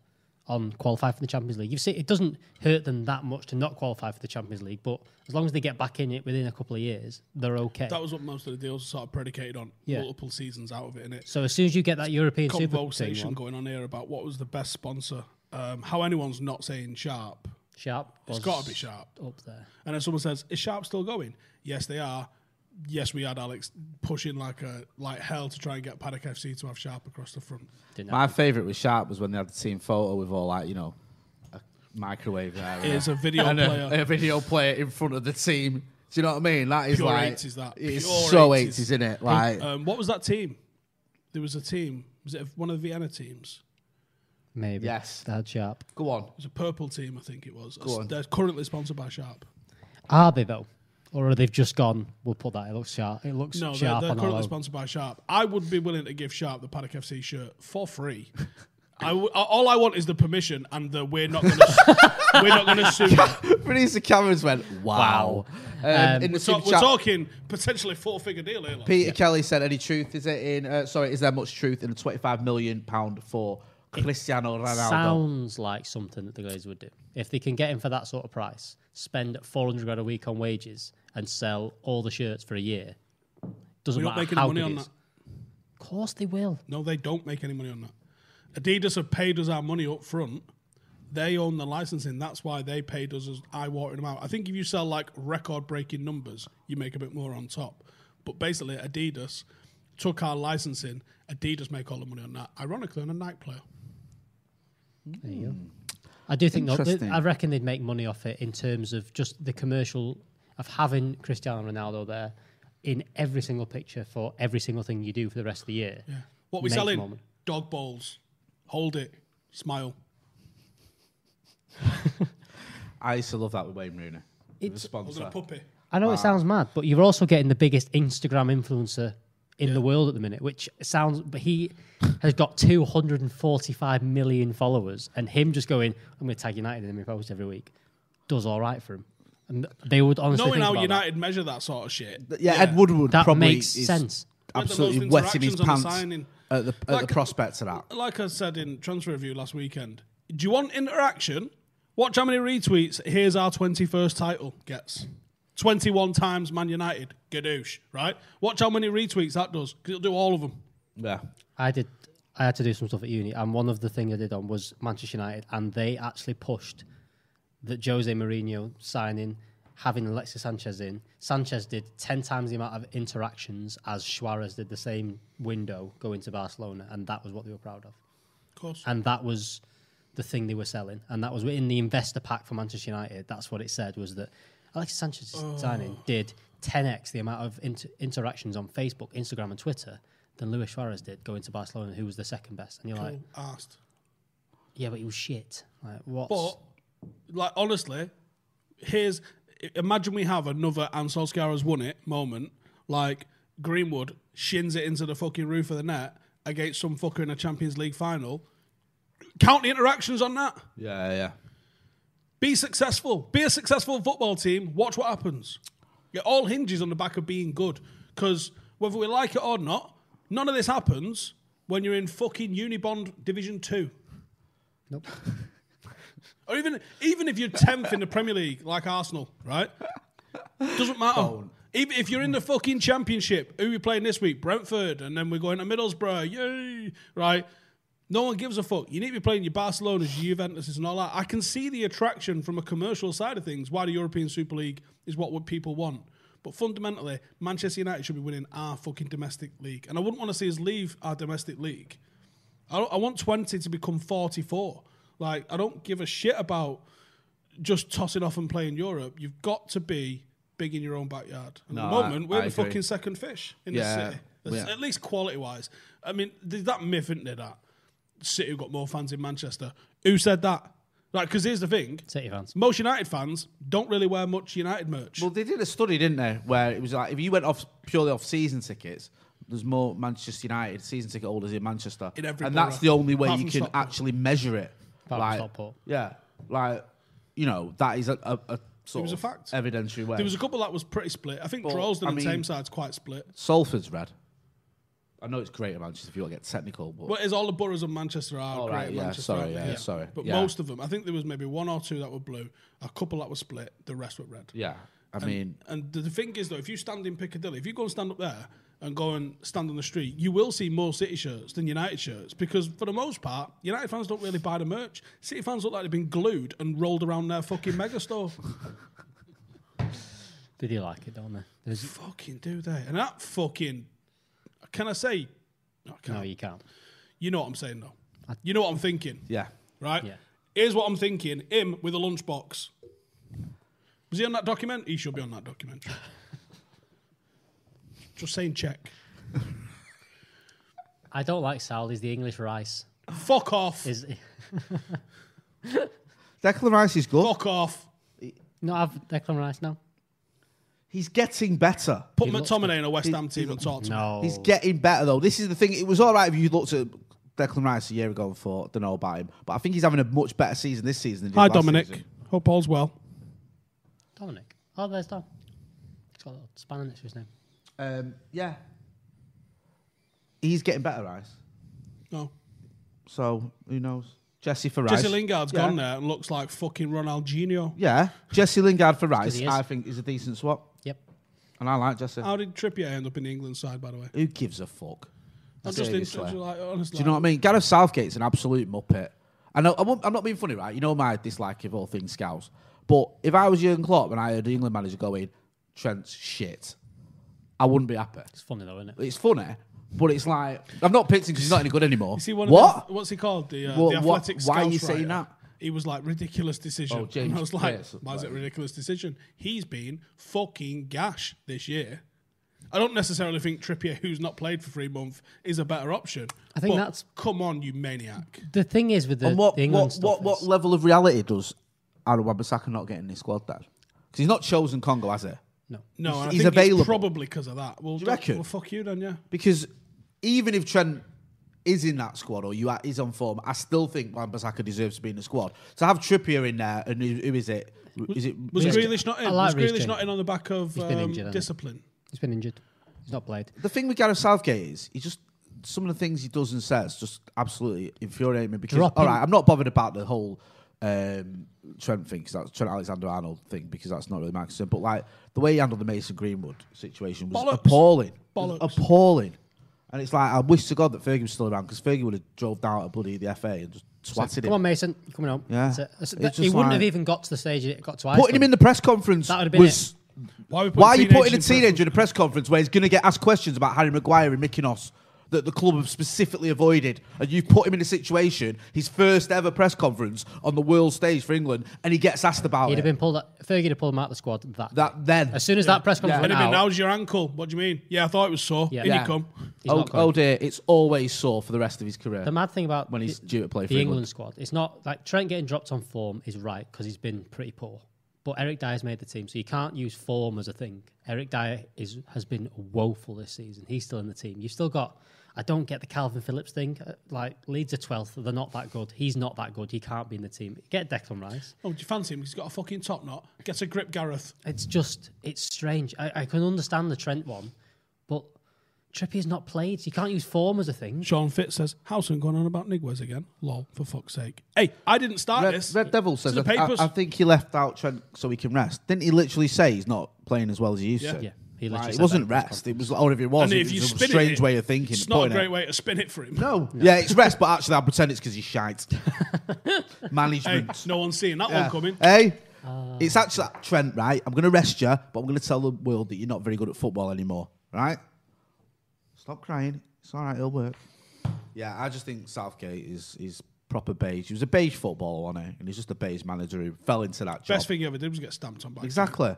on qualifying for the Champions League. You see, it doesn't hurt them that much to not qualify for the Champions League, but as long as they get back in it within a couple of years, they're okay.
That was what most of the deals sort of predicated on.
Yeah.
Multiple seasons out of it, innit?
So as soon as you get that European Super League
conversation
one-
going on here about what was the best sponsor. Um, how anyone's not saying Sharp.
Sharp.
It's
was
got to be Sharp.
up there.
And then someone says, "Is Sharp still going?" Yes, they are. Yes, we had Alex pushing like a like hell to try and get Paddock FC to have Sharp across the front.
My favourite with Sharp was when they had the team photo with all like you know a microwave area.
It's
<laughs>
a
<laughs>
video
And a-
player.
A, video player in front of the team. Do you know what I mean? That is
Pure
like
80s that.
It's
Pure
so
80s.
eighties, isn't it? Like
um, what was that team? There was a team. Was it one of the Vienna teams?
Maybe.
Yes.
They had Sharp.
Go <laughs> on.
It was a purple team, I think it was.
Go on.
They're currently sponsored by Sharp.
Are they though? Or they've just gone, we'll put that, it looks sharp. It looks
No, they're,
sharp
they're
on our
currently
own.
sponsored by Sharp. I would be willing to give Sharp the Paddock FC shirt for free. I w- all I want is the permission, and the we're not going to we're not going to sue. you."
Producer Cameron's went, wow. Um, in
we're,
the
ta-
super
we're
chat,
talking potentially four figure deal here. like.
Peter Kelly said, "Any truth is it in? Uh, sorry, is there much truth in a twenty-five million pound for Cristiano Ronaldo?"
Sounds like something that the Glazers would do. If they can get him for that sort of price, spend 400 grand a week on wages and sell all the shirts for a year. Doesn't
We're not
matter
making
how
money
good
on
it is. Of course they will.
No, they don't make any money on that. Adidas have paid us our money up front. They own the licensing. That's why they paid us as eye watering amount. I think if you sell like record breaking numbers, you make a bit more on top. But basically, Adidas took our licensing. Adidas make all the money on that. Ironically, on a night player.
There you go. I do think,
Interesting.
though, I reckon they'd make money off it in terms of just the commercial of having Cristiano Ronaldo there in every single picture for every single thing you do for the rest of the year. Yeah.
What we selling? Dog balls. Hold it. Smile.
I used to love that with Wayne Rooney. With a sponsor.
Holding a puppy.
I know it sounds mad, but you're also getting the biggest Instagram influencer in the world at the minute, which sounds. But he has got 245 million followers, and him just going, "I'm going to tag United in my post every week," does all right for him. And they would honestly
Knowing
think
how
about
United measure that sort of shit.
Yeah, Ed Woodward
That
probably
makes
is
sense.
Had the
Absolutely
most
wetting his
interactions on the
pants
signing.
at the, at
Like-
the prospect of that.
like I said in transfer review last weekend, do you want interaction? Watch how many retweets. Here's our 21st title gets. 21 times Man United. Gadoosh, right? Watch how many retweets that does, 'cause it'll do all of them.
Yeah.
I did. I had to do some stuff at uni, and one of the things I did on was Manchester United, and they actually pushed that Jose Mourinho signing, having Alexis Sanchez in. Sanchez did ten times the amount of interactions as Suarez did the same window going to Barcelona, and that was what they were proud of.
Of course.
And that was the thing they were selling, and that was in the investor pack for Manchester United. That's what it said was that Alexis Sanchez signing did 10x the amount of inter- interactions on Facebook, Instagram, and Twitter than Luis Suarez did going to Barcelona, who was the second best. And you're like,
Who asked.
yeah, but he was shit. Like, what?
But, like, honestly, here's imagine we have another and Solskjaer has won it moment, like Greenwood shins it into the fucking roof of the net against some fucker in a Champions League final. Count the interactions on that.
Yeah, yeah.
Be successful. Be a successful football team. Watch what happens. It all hinges on the back of being good. Because whether we like it or not, none of this happens when you're in fucking Unibond Division Two.
Nope.
or even even if you're tenth in the Premier League, like Arsenal, right? Doesn't matter. Even if you're in the fucking championship, who are we playing this week? Brentford, and then we're going to Middlesbrough. Yay! Right. No one gives a fuck. You need to be playing your Barcelonas, your Juventus, and all that. I can see the attraction from a commercial side of things. Why the European Super League is what would people want, but fundamentally, Manchester United should be winning our fucking domestic league, and I wouldn't want to see us leave our domestic league. I, don't- I want twenty to become forty-four. Like I don't give a shit about just tossing off and playing Europe. You've got to be big in your own backyard. And at
No,
the moment,
I-
we're
I
the
agree.
fucking second fish in
Yeah,
the city. That's-
yeah.
At least quality wise. I mean, there's that myth, isn't there, that City have got more fans in Manchester. Who said that? Like, because here's the thing
City fans.
Most United fans don't really wear much United merch.
Well, they did a study, didn't they, where it was like if you went off purely off season tickets, there's more Manchester United season ticket holders in Manchester,
In every
and
borough,
that's the only way
apart
you
from
can
Stockport.
actually measure it.
Apart from Stockport.
yeah, like you know that is a, a, a sort
was a
of
fact.
evidentiary way.
There was a couple that was pretty split. I think
But,
Drolsden
I
and
mean-
Tameside's quite split.
Salford's red. I know it's great at Manchester if you want to get technical, but
Well, it's all the boroughs of Manchester are
All
great.
right,
at
yeah,
Manchester,
sorry,
aren't they?
yeah, sorry,
But
yeah.
most of them, I think there was maybe one or two that were blue, a couple that were split, the rest were red.
yeah, I
And-
mean,
and the the thing is though, if you stand in Piccadilly, if you go and stand up there and go and stand on the street, you will see more City shirts than United shirts because for the most part, United fans don't really buy the merch. City fans look like they've been glued and rolled around their fucking mega
<laughs>
store.
They do like it, don't they? There's,
fucking do they? And that fucking can I say? No, I can't.
no, you can't.
You know what I'm saying though. You know what I'm thinking.
yeah.
right? Here's what I'm thinking: him with a lunchbox. Was he on that document? <laughs> He should be on that documentary. Just saying, check.
I don't like Sally's the English rice.
Fuck off.
Is
Declan Rice is good.
Fuck off.
<laughs> not have Declan Rice now?
He's getting better.
Put McTominay in a West Ham team and talk to me.
No,
He's getting better though. This is the thing. It was all right if you looked at Declan Rice a year ago and thought, don't know about him. But I think he's having a much better season this season. Than he did
Hi,
last
Dominic.
season.
Hope all's well.
Dominic. Oh, there's Dom. He's got a little spanner next to his name.
Um, yeah, he's getting better, Rice.
No.
So who knows? Jesse for Rice.
Jesse Lingard's
yeah.
gone there and looks like fucking Ronaldinho.
Yeah, Jesse Lingard for
Because
Rice.
he is.
I think is a decent swap,
Yep.
and I like Jesse.
How did Trippier end up in the England side, by the way?
Who gives a fuck?
I'm just
Seriously.
interested, like, honestly.
Do you know what I mean? Gareth Southgate's an absolute muppet. I know I won't, I'm not being funny, right? You know my dislike of all things Scouse. But if I was Jurgen Klopp and I heard the England manager going, Trent's shit, I wouldn't be happy.
It's funny though, isn't it?
It's funny, but it's like I'm not pitting because he's not any good anymore.
You see one
what?
Of the, what's he called? The, uh,
Wha-
the
what-
athletic
why are
Scouse
you saying
writer.
that?
He was like ridiculous decision.
Oh, James
<laughs> and I was like,
Pearce.
why is it a ridiculous decision? He's been fucking gash this year. I don't necessarily think Trippier, who's not played for three months, is a better option.
I think
But
that's-
come on, you maniac.
The thing is with the,
and what
the England
what,
stuff
what, what
is-
level of reality does Aaron Wan-Bissaka not get in his squad then? Because he's not chosen Congo, has he?
no.
No, and I
he's
think
available.
It's probably because of that. Well,
you
don't-
reckon?
Well, fuck you then, yeah.
Because even if Trent is in that squad or you are, is on form, I still think Wan Bissaka deserves to be in the squad. So have Trippier in there, and who, who is it? Is it
Was
is it-
Grealish not
I
in?
like
was
Reece
Grealish
James.
not in on the back of
He's been
um,
injured, hasn't he?
discipline?
He's been injured. He's not played.
The thing with Gareth Southgate is he just some of the things he does and says just absolutely infuriate me. Because
Dropping-
all right, I'm not bothered about the whole um, Trent thing because that's Trent Alexander Arnold thing because that's not really my concern. But like the way he handled the Mason Greenwood situation was
Bollocks.
appalling, It was
Bollocks.
appalling. And it's like I wish to God that Fergie was still around because Fergie would have drove down at bloody the FA and just swatted him.
Come on, Mason. You're coming home.
Yeah.
That's it. That's it.
It's
he
just
wouldn't
like-
have even got to the stage it got to
Putting him in the press conference
That would've been
was.
Why, are we putting
Why are you putting a
teenagers in
teenager in a press conference where he's going to get asked questions about Harry Maguire and Mykonos that the club have specifically avoided, and you put him in a situation, his first ever press conference on the world stage for England, and he gets asked about
He'd
it.
have been pulled out. Fergie'd have pulled him out of the squad. That,
that then.
as soon as that press conference
And
went
he'd been,
out,
how's your ankle? What do you mean? Yeah, I thought it was sore.
Yeah.
In
Yeah.
you come.
he's
oh,
not going.
oh dear, it's always sore for the rest of his career.
The mad thing about
when he's
the-
due to play
the
for
England,
England.
squad, it's not like Trent getting dropped on form is right because he's been pretty poor. But Eric Dyer's made the team, so you can't use form as a thing. Eric Dyer is has been woeful this season. He's still in the team. You've still got. I don't get the Calvin Phillips thing. Uh, Like Leeds are twelfth. They're not that good. He's not that good. He can't be in the team. Get Declan Rice.
Oh, do you fancy him? He's got a fucking top knot. Get a grip, Gareth.
It's just it's strange. I, I can understand the Trent one, but Trippier's not played. You can't use form as a thing.
Sean Fitz says, Howson going on about Niguez again? Lol, for fuck's sake. Hey, I didn't start
Red,
this.
Red Devil
It's
says,
in the
I, I-
papers.
I think he left out Trent so he can rest. Didn't he literally say he's not playing as well as he used
Yeah.
to?
Yeah, he literally
Like,
said
it
that
wasn't
in the press
rest. It was, or if it was,
and
it
if
was
you
a
spin
strange
it,
way of thinking.
it's not a
putting it.
great way to spin it for him.
No. Yeah, it's rest, but actually, I'll pretend it's because he's shite.
Hey,
Management.
no one's seeing that
Yeah.
one coming.
Hey, it's actually Trent, right? I'm going to rest you, but I'm going to tell the world that you're not very good at football anymore, right? Stop crying. It's all right. It'll work. Yeah, I just think Southgate is is proper beige. He was a beige footballer, wasn't he? And he's just a beige manager who fell into that job.
Best thing you ever did was get stamped on by.
Exactly.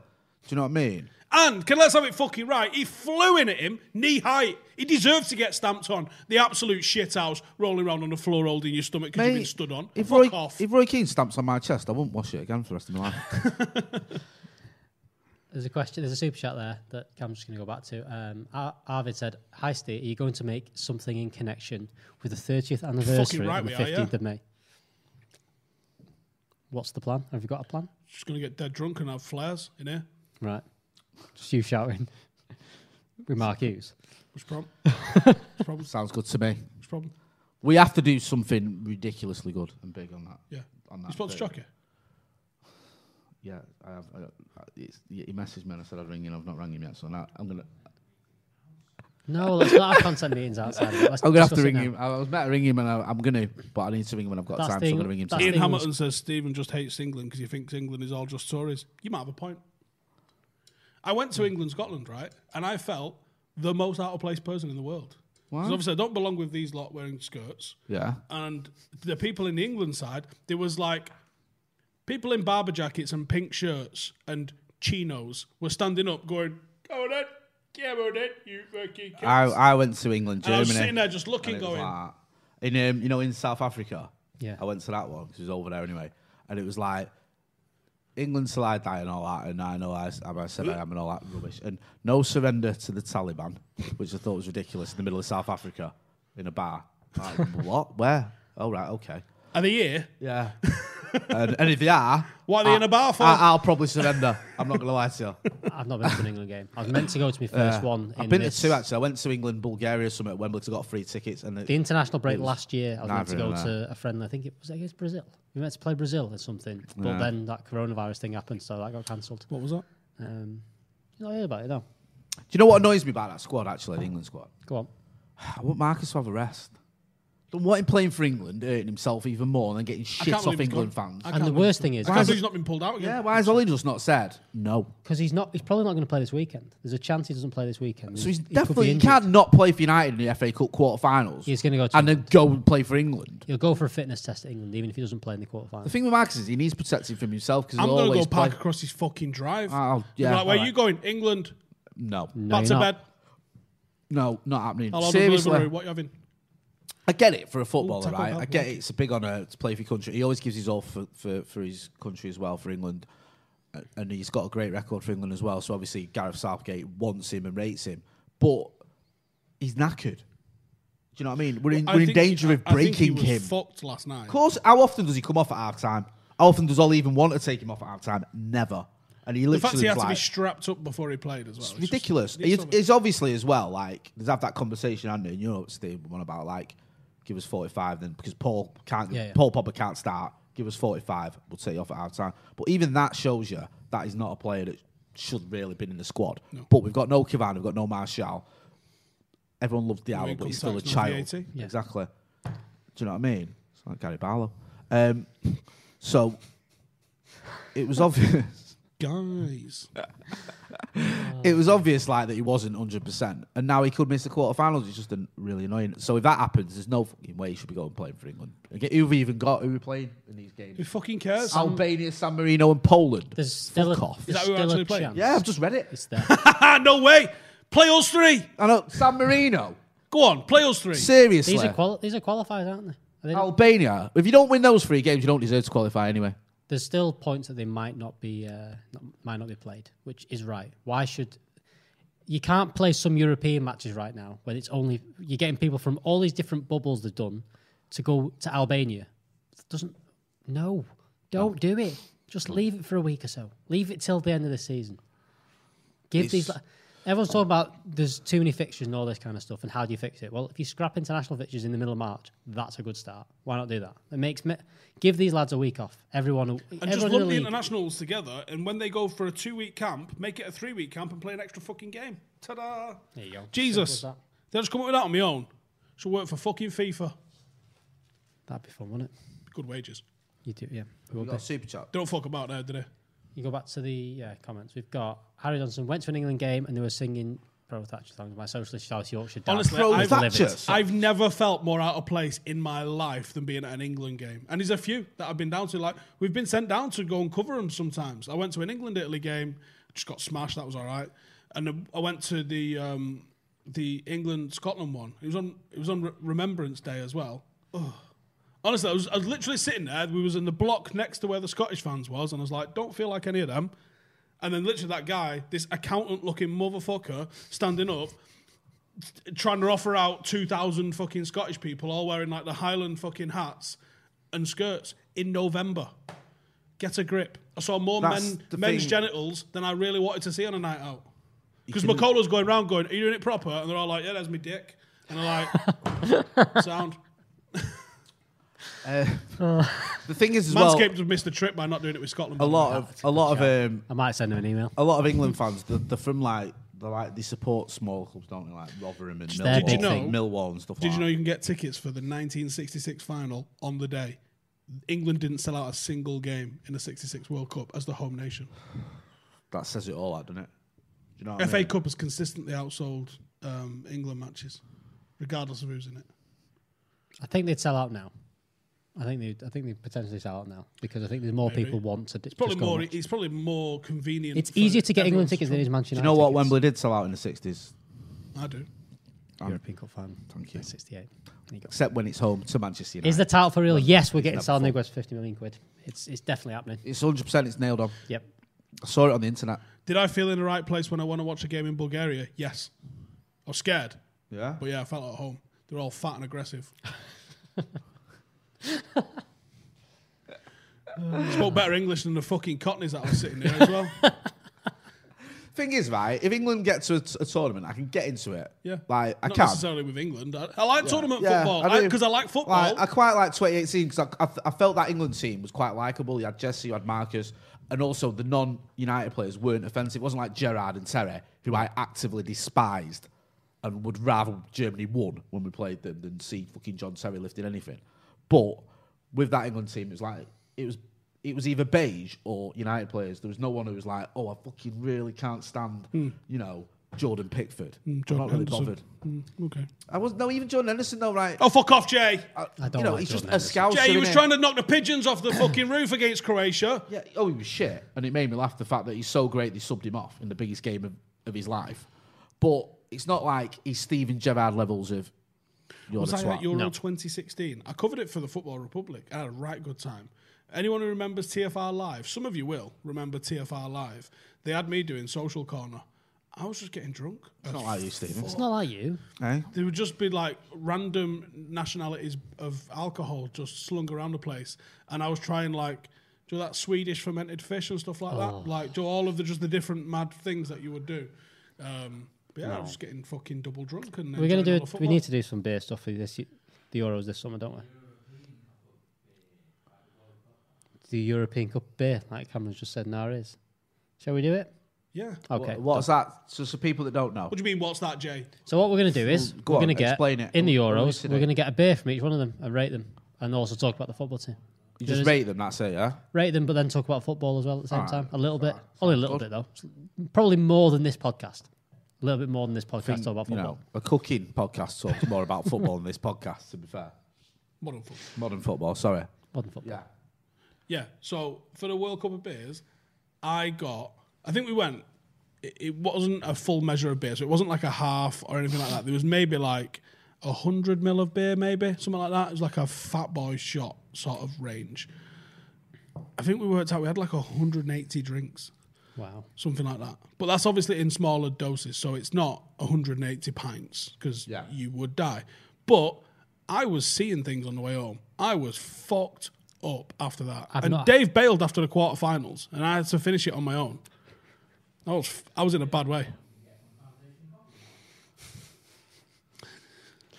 Do you know what I mean?
And can let's have it fucking right. He flew in at him, knee height. He deserved to get stamped on. The absolute shit house rolling around on the floor, holding your stomach because you've been
Mate,
stood on.
If
Fuck
Roy,
off.
if Roy Keane stamps on my chest, I won't wash it again for the rest of my
<laughs>
life.
There's a question. There's a super chat there that I'm just going to go back to. Um, Ar- Arvid said, "Hi Steve, are you going to make something in connection with the 30th anniversary
right
on the
we are,
15th of May? What's the plan? Have you got a plan?
Just gonna get dead drunk and have flares in here.
Right, just you shouting <laughs> with Mark Hughes.
What's the
<laughs>
problem?
Sounds good to me.
What's the problem?
We have to do something ridiculously good and big on that.
Yeah.
On that
You spoke to
thing.
Chucky?
Yeah, I have. I, I, it's, he messaged me and I said I'd ring him. I've not rang him yet, so now I'm gonna.
No, let's not have content meetings outside. of it. <laughs> Let's
I'm gonna have
discuss
to
it
ring
now.
him. I was meant to ring him, and I, I'm gonna, but I need to ring him when I've got
That's
time.
the
So I'm
Eng-
gonna ring him.
that's
tonight.
Ian Hamilton says Stephen just hates England because he thinks England is all just Tories. You might have a point. I went
Hmm.
to England, Scotland, right, and I felt the most out of place person in the world.
Why?
Because obviously I don't belong with these lot wearing skirts.
Yeah.
And the people in the England side, there was like people in barber jackets and pink shirts and chinos were standing up going, "Go on, yeah, on, you fucking." cunts."
I, I went to England,
And
Germany.
I was sitting there just looking,
and it was
going-
like- in um, you know, in South Africa.
Yeah.
I went to that one because it was over there anyway, and it was like England till I die and all that, and I know I, s- I said I am and all that rubbish, and no surrender to the Taliban, which I thought was ridiculous in the middle of South Africa in a bar. Like, <laughs> what? Where? Oh right, okay.
Are they here?
Yeah. <laughs> and, and if they are,
What are they in a bar for?
I, will probably surrender. I'm not gonna lie
<laughs>
to you.
I've not been to an England game. I was meant to go <laughs> Uh, to my first
Yeah.
one.
I've
in
been
this-
to two actually. I went to England, Bulgaria, summit at Wembley. 'cause I got free tickets, and it-
The international break
it was
last year, I was meant to
neither
go
of that.
to a friendly. I think it was against Brazil. We were meant to play Brazil or something, but
Yeah.
then that coronavirus thing happened, so that got cancelled.
What was that?
Um, you not heard about it, no.
Do you know what annoys me about that squad actually, the England squad?
Go on.
I want Marcus to have a rest. Don't want him playing for England, hurting himself even more, and then getting shit
can't
off
believe he's
England
gone.
fans.
I
And the
can't believe
worst
he's-
thing is-
I
Why
can't
is
believe
it-
he's not been pulled out again.
Yeah, why has Ollie just not said no?
Because he's not. He's probably not going to play this weekend. There's a chance he doesn't play this weekend.
So he's
he could be
definitely he
injured.
can't not play for United in the FA Cup quarterfinals.
He's going to go. To,
and then go and play for England.
he'll go for a fitness test at England, even if he doesn't play in the
The
quarterfinals.
thing with Marcus is he needs protecting from himself because
I'm
he'll
gonna go
always
park
play.
across his fucking drive.
Oh, yeah,
like, where
all
you
right.
going? England.
No,
No,
Back
you're
to
not.
bed.
no, not happening.
I'll have a
Seriously,
Burberry. What you having?
I get it for a
Ooh,
footballer,
Taco
right?
Bell,
I get
thank
it. It's a big honour to play for your country. He always gives his all for, for, for his country as well, for England. A- And he's got a great record for England as well. So obviously, Gareth Southgate wants him and rates him. But he's knackered. Do you know what I mean? We're in,
I
we're in
think he-
danger of
I- I think
breaking
he
him.
was Fucked last night.
Of course, how often does he come off at half time? How often does Ollie even want to take him off at half time? Never. And he
The
literally
fact he
was
had to be
like,
strapped up before he played as well.
it's ridiculous.
It's
It's,
just-
it's obviously as well like there's have that conversation, Andy, and you know Steve one about like give us 45 then because Paul can't
Yeah, yeah.
Paul Popper can't start. Give us 45, we'll take you off at half time. But even that shows you that he's not a player that should really been in the squad. But we've got no Cavani, we've got no Martial. Everyone loved the hour, but
income
he's still a
tax, no
child.
VAT.
Yeah.
Exactly. Do you know what I mean? It's like Gary Barlow. Um, so it was obvious.
Guys.
It was obvious, like that he wasn't hundred percent, and now he could miss the quarterfinals. It's just an- really annoying. So if that happens, there's no fucking way he should be going playing for England. Again, who have we even got? Who we playing in these games?
Who fucking cares?
Albania, San Marino, and Poland.
There's still
Fuck
a,
off.
there's
that who
still
actually
a
played?
chance.
Yeah, I've just read it.
It's there.
Ah, no way. Play us three.
I know San Marino.
Go on, play us three.
Seriously,
these are quali- These are qualifiers, aren't they?
Oh,
Are they not-
Albania. If you don't win those three games, you don't deserve to qualify anyway.
there's still points that they might not be uh, not, might not be played, which is right. Why should you can't play some European matches right now when it's only you're getting people from all these different bubbles they've done to go to Albania? It doesn't no, don't do it. Just leave it for a week or so. Leave it till the end of the season. Give these. la- Everyone's talking about there's too many fixtures and all this kind of stuff, and how do you fix it? Well, if you scrap international fixtures in the middle of March, that's a good start. Why not do that? It makes me, give these lads a week off. Everyone,
And
everyone
just lump
in the
the
league.
internationals together, and when they go for a two-week camp, make it a three-week camp and play an extra fucking game. Ta-da!
There you go.
Jesus,
Simple as
they'll just come up with that on my own. Should work for fucking FIFA.
that. would be fun, wouldn't it?
Good wages.
You do, yeah. It
We
would
got a
be.
super chat.
They don't fuck about now, do they?
You go back to the uh, comments. We've got Harry Johnson went to an England game and they were singing pro Thatcher songs. My socialist South Yorkshire dad.
Honestly,
Pro
I've,
Thatcher.
Livid.
I've never felt more out of place in my life than being at an England game. And there's a few that I've been down to. Like, we've been sent down to go and cover them sometimes. I went to an England Italy game. Just got smashed. That was all right. And uh, I went to the um, the England Scotland one. It was on it was on Re- Remembrance Day as well. Ugh. Honestly, I was, I was literally sitting there. We was in the block next to where the Scottish fans was, and I was like, don't feel like any of them. And then literally that guy, this accountant-looking motherfucker, standing up, trying to offer out 2,000 fucking Scottish people all wearing like the Highland fucking hats and skirts in November. Get a grip. I saw more
That's
men,
the
men's
thing.
genitals than I really wanted to see on a night out.
You
Because
can-
McCullough's going around going, Are you doing it proper? And they're all like, Yeah, that's me dick. And they're
<laughs>
like, Sound.
Uh, the thing is, as well,
Manscaped have missed the trip by not doing it with Scotland.
a lot of a lot of um,
I might send him an email.
A lot of England fans, they're, they're from like they like they support small clubs, don't they? Like Rotherham and
Just their
Millwall,
big thing.
Millwall and stuff.
Did
like
you know
that.
you can get tickets for the 1966 final on the day? England didn't sell out a single game in the 66 World Cup as the home nation.
that says it all, that doesn't it? Do you know?
FA
What I mean?
Cup has consistently outsold um, England matches, regardless of who's in it.
I think they'd sell out now. I think they. I think they potentially sell out now because I think there's more
Maybe.
people want to. d-
It's probably
just go
more.
and watch.
It's probably more convenient.
It's
for
easier to get England
everyone's
tickets than it is
trouble.
Manchester.
Do you know what Wembley did sell out in the sixties?
I do.
European Cup final.
Thank you.
Sixty-eight.
Except when it's home to Manchester United.
Is the title for real?
When-
Yes, we're
it's
getting
never
Sal
fun.
Niguez for fifty million quid. It's it's definitely happening.
It's hundred percent. It's nailed on.
Yep.
I saw it on the internet.
Did I feel in the right place when I want to watch a game in Bulgaria? Yes. I was scared.
Yeah.
But yeah, I felt at home. They're all fat and
<laughs>
aggressive. Spoke better English than the fucking Cockneys that I was sitting there as
<laughs>
well.
Thing is, right? If England get to a, t- a tournament, I can get into it.
Yeah.
Like I
Not
can.
necessarily with England. I, I like
Yeah.
tournament
Yeah,
football
I mean,
because I, like football.
Like, I quite like 2018 because I, I, I felt that England team was quite likable. You had Jesse, you had Marcus, and also the non-United players weren't offensive. It wasn't like Gerard and Terry, who I actively despised and would rather Germany won when we played them than see fucking John Terry lifting anything. But with that England team, it was like it was it was either beige or United players. There was no one who was like, oh, I fucking really can't stand, you know, Jordan Pickford.
Mm,
I'm
Hmm. Jordan
not really
Henderson.
bothered.
Mm, okay.
I was no even Jordan Henderson though, right?
Oh fuck off, Jay!
I
you know, he's just a scouser.
Jay, he was
innit?
trying to knock the pigeons off the
<clears throat>
fucking roof against Croatia.
Yeah. Oh, he was shit, and it made me laugh the fact that he's so great they subbed him off in the biggest game of, of his life. But it's not like he's Steven Gerrard levels of. You're
was
the
I
twat.
at Euro 2016? I covered it for the Football Republic. I had a right good time. Anyone who remembers TFR Live, some of you will remember TFR Live. They had me doing Social Corner. I was just getting drunk.
It's not like you, Steven.
It's not like you.
Eh?
There would just be like random nationalities of alcohol just slung around the place, and I was trying like do that Swedish fermented fish and stuff like
Oh.
that, like do all of the just the different mad things that you would do. Um, but yeah, I
No.
was just getting fucking double drunk and
We're gonna
enjoying
do.
all the
It, we
football.
need to do some beer stuff for this y- the Euros this summer, don't we? The European Cup beer, like Cameron's just said, now is. Shall we do it?
Yeah.
Okay.
Wha- what's that? So, so people that don't know.
What do you mean? What's that, Jay?
So what we're going to do is
Well, go
we're
on,
going to get
explain it.
in the
What do we
Euros.
see
We're
there?
going to get a beer from each one of them and rate them, and also talk about the football team.
You
There
just
is-
rate them. That's it. Yeah.
rate them, but then talk about football as well at the same
Alright.
time. A little bit, only a little bit though. Probably more than this podcast. A little bit more than this podcast
Think,
talk about
you
football.
know, a cooking podcast talks more about football than this podcast. To be fair,
Modern football.
modern football. Sorry.
Modern football.
Yeah.
Yeah. So for the World Cup of beers, I got. I think we went. It, it wasn't a full measure of beer, so it wasn't like a half or anything like that. There was maybe like a hundred mil of beer, maybe something like that. It was like a fat boy shot sort of range. I think we worked out we had like 180 drinks,
Wow.
something like that. But that's obviously in smaller doses, so it's not 180 pints because you would die. But I was seeing things on the way home. I was fucked up after that.
I've
and
not-
Dave bailed after the quarterfinals, and I had to finish it on my own. I was f- I was in a bad way.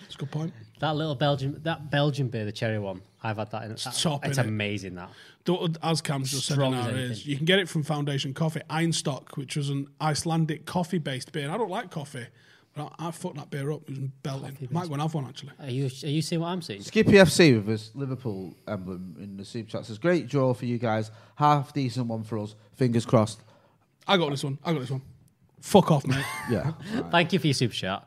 That's a good point.
That little Belgian, that Belgian beer, the cherry one. I've had that. In, that
top,
it's
innit?
amazing. That
The- uh, As Cam's just said,
Strong
in
as
our
anything.
ears, you can get it from Foundation Coffee, Einstock, which was an Icelandic coffee-based beer. And I don't like coffee, but I, I fucked that beer up. It was belting. I might go and have one actually.
Are you are you seeing what I'm seeing?
Skippy FC with his Liverpool emblem in the super chat says, "Great draw for you guys. Half decent one for us. Fingers crossed."
I got this one. I got this one. Fuck off, mate. <laughs>
<laughs> Yeah.
Thank you for your super chat.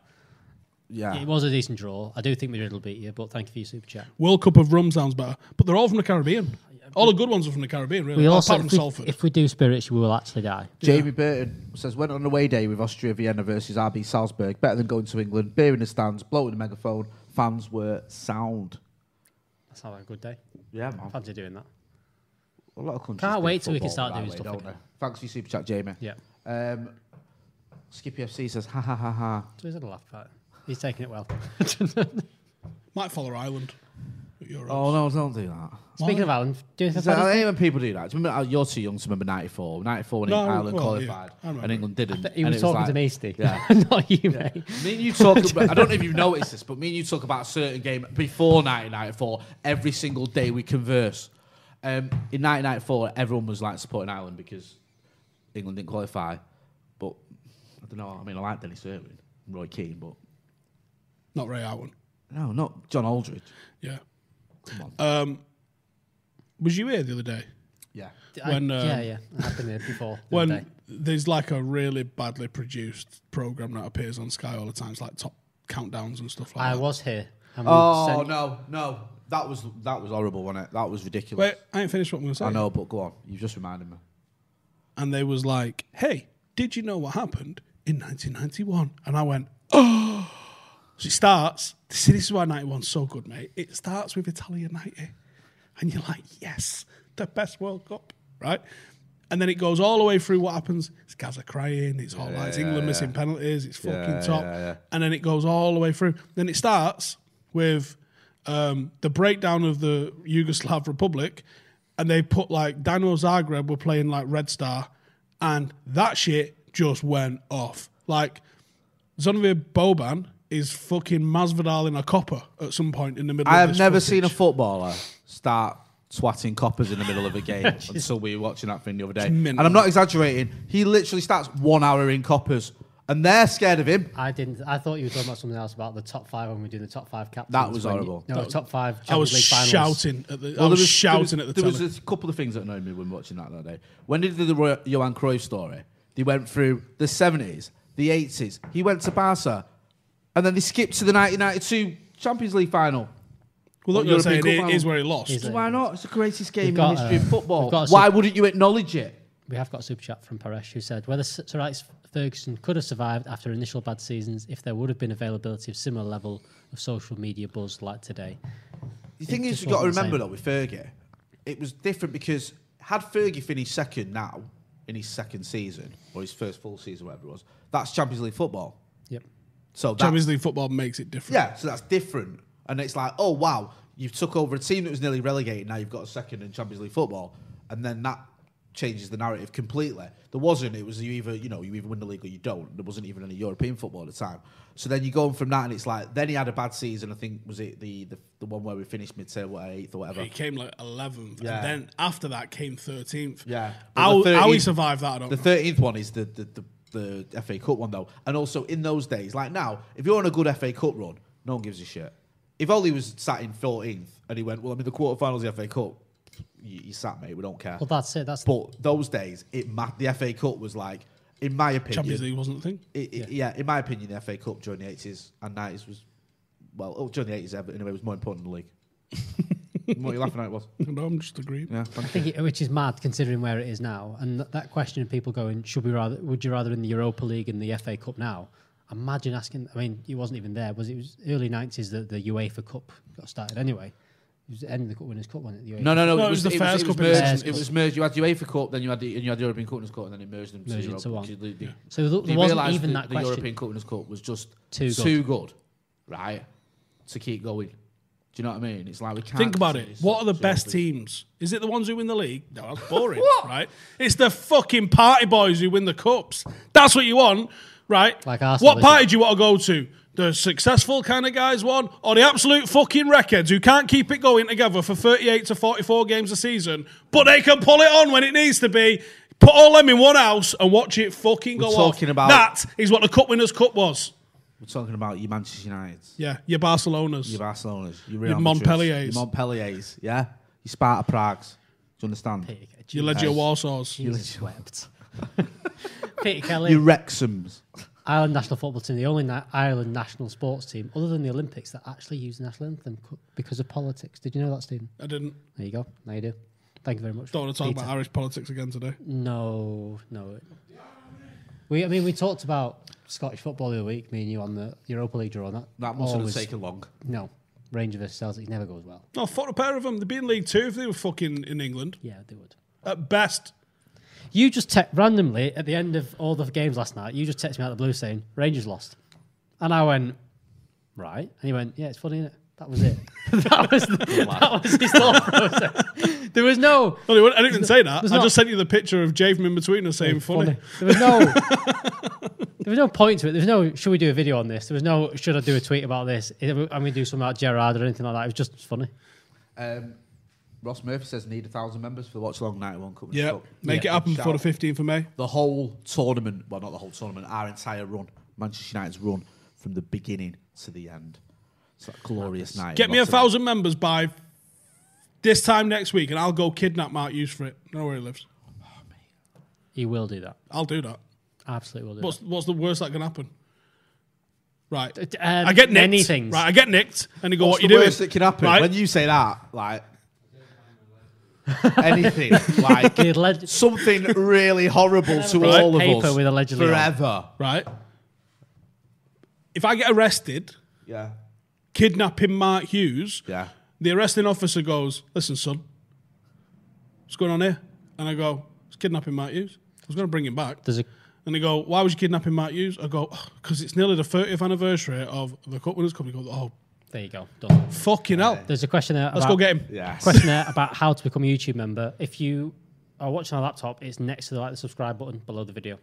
Yeah.
It was a decent draw. I do think Madrid will beat you, but thank you for your super chat.
World Cup of Rum sounds better, but they're all from the Caribbean. All the good ones are from the Caribbean, really.
We also,
apart from
if we,
Salford.
if we do spirits, we will actually die.
Jamie Burton says, went on away day with Austria Vienna versus RB Salzburg. Better than going to England. Beer in the stands, blowing the megaphone. Fans were sound.
That sounds like a good day.
Yeah, man.
Fancy doing that.
A lot of countries.
Can't
do
wait till we can
football
start
that
doing
way,
stuff
don't
again.
they? Thanks for your super chat, Jamie.
Yeah.
Um, Skippy FC says, ha ha ha ha.
So he's had a laugh part. He's taking
<laughs>
it well.
Might follow Ireland.
Oh no, don't do that.
Speaking of Ireland, do you
Is
think
that- I hate when people do that. Do you remember, you're too young to remember 94. 94 when
No,
Ireland
well, yeah,
qualified
I remember.
and England didn't.
I th- he
and
was
it
talking to me,
like-
Steve. <laughs>
Yeah.
Not you, mate.
Me and you talk. about, I don't know if you've noticed this, but me and you talk about a certain game before 1994 every single day we converse. Um, in 1994, everyone was like supporting Ireland because England didn't qualify. But I don't know. I mean, I like Dennis Irwin, Roy Keane, but
Not Ray Allen.
no, not John Aldridge.
Yeah.
Come on.
Um, was you here the other day?
Yeah.
I- yeah, yeah. It happened here before, the
uh, when
other day.
there's like a really badly produced program that appears on Sky all the time, it's like top countdowns and stuff like
I
that.
was here. and we
oh
sent-
no, no, that was that was horrible, wasn't it? That was ridiculous.
Wait, I ain't finished what I'm going to say.
I know, but go on. You've just reminded me.
And they was like, "Hey, did you know what happened in 1991?" And I went, "Oh." So it starts. See, this is why 91's so good, mate. It starts with Italia 90, and you're like, "Yes, the best World Cup, right?" And then it goes all the way through what happens. It's Gaza crying. It's all like it's
yeah,
England
yeah.
missing penalties. It's fucking
Yeah,
top.
yeah, yeah.
And then it goes all the way through. Then it starts with um, the breakdown of the Yugoslav Republic, and they put like Daniel Zagreb were playing like Red Star, and that shit just went off. Like Zonovir Boban is fucking Masvidal in a copper at some point in the middle.
I
of
have
this
never
footage.
seen a footballer start swatting coppers in the middle of a
<laughs>
game <laughs> until we were watching that thing the other day.
mental.
And I'm not exaggerating. He literally starts one hour in coppers, and they're scared of him.
I didn't. I thought you were talking about something else about the top five when we do the top five captains.
That was
when you-
horrible.
no,
That
the top five.
I was
Champions League finals.
shouting at the. I was, shouting
there
at
was,
the
There
telly.
was a couple of things that annoyed me when watching that that day. When they did the Roy- Johan Cruyff story, they went through the 70s, the 80s. He went to Barca, and then they skipped to the 1992 Champions League final.
well,
Or
look, you're
European
saying
Cup
it
final.
is where he lost.
Why not? It's the greatest
We've
game in
got,
the history
uh,
of
we've
football.
got a
Why
sub-
wouldn't you acknowledge it?
We have got a super chat from Paresh who said whether S- Sir Alex Ferguson could have survived after initial bad seasons if there would have been availability of similar level of social media buzz like today.
The
It
thing is,
just
you've got to
wasn't
remember
the
though with Fergie, it was different because had Fergie finished second now in his second season or his first full season, whatever it was, that's Champions League football.
Yep.
So that's,
Champions League football makes it different.
yeah, so that's different, and it's like, oh wow, you've took over a team that was nearly relegated. Now you've got a second in Champions League football, and then that changes the narrative completely. There wasn't. It was you either you know you either win the league or you don't. There wasn't even any European football at the time. So then you're going from that, and it's like then he had a bad season. I think was it the the, the one where we finished mid table eighth or whatever.
He came like 11th,
Yeah.
and then after that came 13th.
Yeah.
How,
But the
how he
13th
survived that, I don't
The
know.
thirteenth one is the the, the the FA Cup one though, and also in those days, like now, if you're on a good FA Cup run, no one gives a shit. If Oli was sat in fourteenth and he went, well, I'm in the quarterfinals of the FA Cup, you, you sat mate, we don't care.
Well, that's it. That's
but those days, it ma- the FA Cup was like, in my opinion,
Champions League wasn't a thing.
it, it- yeah. in my opinion, the FA Cup during the eighties and nineties was, well, oh, during the eighties anyway, was more important than the league.
<laughs>
what are you laughing at? It was.
No, I'm just agreeing.
Yeah,
I think it, which is mad considering where it is now, and th- that question of people going, should we rather, would you rather in the Europa League and the FA Cup now? Imagine asking. I mean, he wasn't even there. Was it, it was early nineties that the UEFA Cup got started anyway? It was the end of the Cup Winners' Cup, wasn't it? The
No, no, no.
No, it was the first cup in
merged,
the first
It was
cup.
merged. You had UEFA Cup, then you had the, and you had the European Cup Winners' Cup, and then it merged them
Merged
to,
into
Europe,
one.
to the- the-
So there- there
they
wasn't
realised
even
the,
that
the
question.
European Cup Winners' Cup was just
Too good.
too good, right? To keep going. Do you know what I mean? It's like we can't
Think about
continue
it.
this
What are the
sort of
best
thing.
teams? Is it the ones who win the league?
<laughs>
No, that's boring, right? It's the fucking party boys who win the cups. That's what you want, right?
Like Arsenal,
What
isn't
party
it?
do you want to go to? The successful kind of guys one, or the absolute fucking records who can't keep it going together for 38 to 44 games a season, but they can pull it on when it needs to be. Put all them in one house and watch it fucking
We're
go off.
talking about-
that is what the Cup Winners' Cup was.
We're talking about your Manchester Uniteds,
Yeah, your Barcelona's.
your Barcelona's, your,
Your
Real Madrid's,
Montpelliers.
your Montpelliers, yeah, your Sparta Prague's. Do you understand?
You led your Warsaws.
Jesus wept. <laughs> Peter Kelly,
Your Wrexhams.
Ireland national football team, the only na- Ireland national sports team other than the Olympics that actually use the national anthem co- because of politics. Did you know that, Stephen?
I didn't.
There you go. Now you do. Thank you very much.
Don't want to talk
Peter.
about Irish politics again today.
No, no. We, I mean, we talked about Scottish football the other week. Me and you on the Europa League draw. and That
That mustn't have
always-
taken long.
No, Rangers versus Celtic never goes well.
No, fuck a pair of them. They'd be in League Two if they were fucking in England.
Yeah, they would.
At best.
You just te- randomly at the end of all the games last night. You just texted me out of the blue saying Rangers lost, and I went right. And he went, yeah, it's funny, is it? That was it. <laughs> that was that was his thought process. There was no.
No, they wouldn't- I didn't even say that. I
there's not-
just sent you the picture of Javen in between us
Oh,
saying funny.
There was no. <laughs> there was no point to it. There was no. Should we do a video on this? There was no. Should I do a tweet about this? I'm going to do something about Gerard or anything like that. It was just funny.
Um, Ross Murphy says need a thousand members for the Watch Long 91 Cup.
Yeah, make it happen before the 15th of May.
The whole tournament, well, not the whole tournament, our entire run, Manchester United's run from the beginning to the end. It's that glorious night.
Get me a
Lots of-
thousand members by this time next week, and I'll go kidnap Mark Hughes for it. Know where he lives.
He will do that.
I'll do that.
Absolutely will do
What's what's the worst that can happen? Right,
um,
I get nicked.
many things.
Right, I get nicked, and they go,
What's
"What
the
you
worst
doing?"
that can happen
Right?
when you say that? Like anything, like
<laughs> The alleged-
something really horrible to
Right.
all of
Paper
us
with allegedly on.
forever.
right. If I get arrested,
Yeah,
kidnapping Mark Hughes,
yeah.
the arresting officer goes, "Listen, son, what's going on here?" And I go, "It's kidnapping Mark Hughes. I was going to bring him back."
There's a
And they go, why was you kidnapping Mark Hughes? I go, because it's nearly the 30th anniversary of the Cup Winners' Cup. They go, oh,
there you go. Done.
fucking hell.
There's a question there.
Let's
about-
go get him.
Yes.
Question there about how to become a YouTube member. If you are watching on a laptop, it's next to the like the subscribe button below the video.